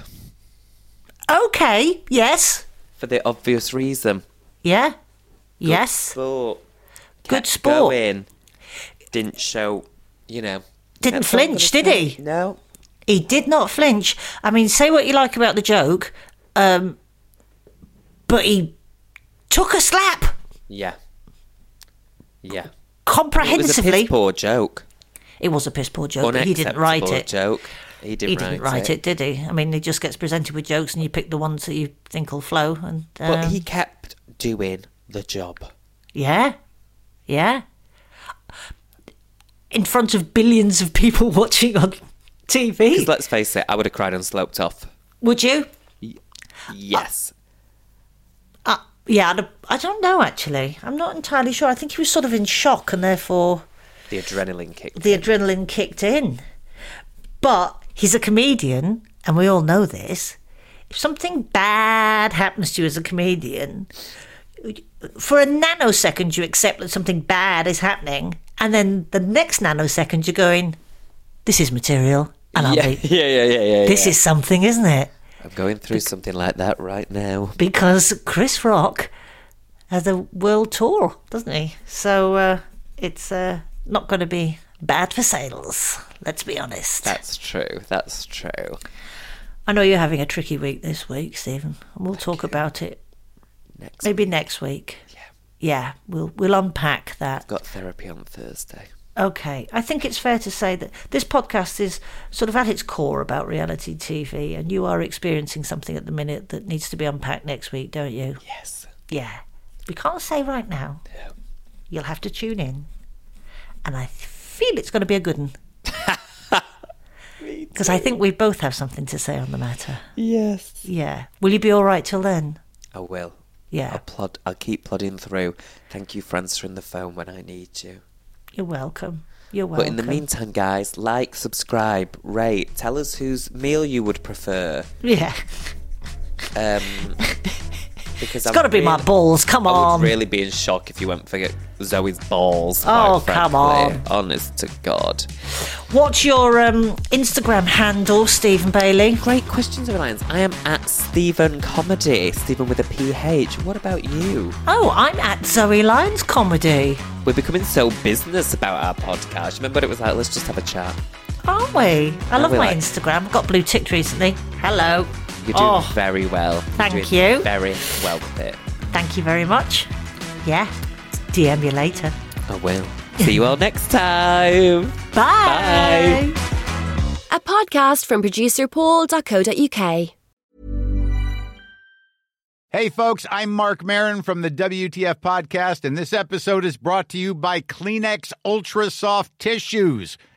[SPEAKER 2] Okay. Yes.
[SPEAKER 1] for the obvious reason.
[SPEAKER 2] Yeah. yes.
[SPEAKER 1] Sport.
[SPEAKER 2] Good
[SPEAKER 1] Kept
[SPEAKER 2] sport.
[SPEAKER 1] Going. Didn't show. You know.
[SPEAKER 2] Didn't
[SPEAKER 1] kept on
[SPEAKER 2] flinch,
[SPEAKER 1] gonna
[SPEAKER 2] did
[SPEAKER 1] say-
[SPEAKER 2] he?
[SPEAKER 1] No.
[SPEAKER 2] He did not flinch. I mean, say what you like about the joke, um, but he took a slap
[SPEAKER 1] Yeah. Yeah. It was a
[SPEAKER 2] comprehensively.
[SPEAKER 1] piss poor joke.
[SPEAKER 2] It was a piss poor joke. Oh, but He
[SPEAKER 1] Unacceptable
[SPEAKER 2] didn't write it.
[SPEAKER 1] joke. He didn't,
[SPEAKER 2] He didn't write it. did he? I mean, he just gets presented with jokes, and you pick the ones that you think will flow. And um,
[SPEAKER 1] But he kept doing the job.
[SPEAKER 2] yeah, yeah, in front of billions of people watching on TV.
[SPEAKER 1] Because let's face it, I would have cried and sloped off.
[SPEAKER 2] Would you?
[SPEAKER 1] Yes.
[SPEAKER 2] Uh, yeah, I'd, I don't know. Actually, I'm not entirely sure. I think he was sort of in shock, and therefore
[SPEAKER 1] the adrenaline kick.
[SPEAKER 2] the adrenaline kicked in. But he's a comedian, and we all know this. If something bad happens to you as a comedian, for a nanosecond you accept that something bad is happening, and then the next nanosecond you're going, "This is material," and I'll
[SPEAKER 1] yeah,
[SPEAKER 2] be,
[SPEAKER 1] yeah, yeah, yeah, yeah.
[SPEAKER 2] "This is something, isn't it?"
[SPEAKER 1] I'm going through something like that right now.
[SPEAKER 2] Because Chris Rock has a world tour, doesn't he? So uh, it's uh, not going to be bad for sales. Let's be honest.
[SPEAKER 1] That's true. That's true.
[SPEAKER 2] I know you're having a tricky week this week, Stephen, and we'll talk about it
[SPEAKER 1] Next,
[SPEAKER 2] maybe next week. Yeah. Yeah, we'll we'll unpack that.
[SPEAKER 1] got therapy on Thursday.
[SPEAKER 2] Okay. I think it's fair to say that this podcast is sort of at its core about reality TV and you are experiencing something at the minute that needs to be unpacked next week, don't you?
[SPEAKER 1] Yes.
[SPEAKER 2] Yeah. We can't say right now. You'll have to tune in. And I feel it's going to be a good one. Because I think we both have something to say on the matter.
[SPEAKER 1] Yes.
[SPEAKER 2] Yeah. Will you be all right till then?
[SPEAKER 1] I will. I'll
[SPEAKER 2] Yeah.
[SPEAKER 1] plod. I'll keep plodding through. Thank you for answering the phone when I need you.
[SPEAKER 2] You're welcome. You're welcome.
[SPEAKER 1] But in the meantime, guys, like, subscribe, rate. Tell us whose meal you would prefer.
[SPEAKER 2] yeah,
[SPEAKER 1] Um, because
[SPEAKER 2] it's got to be my balls. Come
[SPEAKER 1] I
[SPEAKER 2] on.
[SPEAKER 1] would really be in shock if you went for Zoe's balls.
[SPEAKER 2] Oh,
[SPEAKER 1] quite
[SPEAKER 2] come
[SPEAKER 1] frankly. Honest to God.
[SPEAKER 2] What's your um, Instagram handle, Stephen Bailey?
[SPEAKER 1] Great questions, Reliance. I am at Stephen Comedy, Stephen with a PH. What about you?
[SPEAKER 2] Oh, I'm at Zoe Lyons Comedy,
[SPEAKER 1] We're becoming so business about our podcast. Remember, it was like, let's just have a chat.
[SPEAKER 2] aren't we? I
[SPEAKER 1] Are
[SPEAKER 2] love
[SPEAKER 1] we
[SPEAKER 2] my
[SPEAKER 1] like-
[SPEAKER 2] Instagram. I got blue ticked recently. Hello.
[SPEAKER 1] You're doing
[SPEAKER 2] Oh,
[SPEAKER 1] very well. You're
[SPEAKER 2] thank
[SPEAKER 1] doing
[SPEAKER 2] you.
[SPEAKER 1] Very well with it.
[SPEAKER 2] thank you very much. Yeah. DM you later.
[SPEAKER 1] I will. See you all next time. Bye.
[SPEAKER 2] Bye.
[SPEAKER 4] A podcast from producer paul.co.uk.
[SPEAKER 5] Hey, folks, I'm Mark Marin from the WTF Podcast, and this episode is brought to you by Kleenex Ultra Soft Tissues,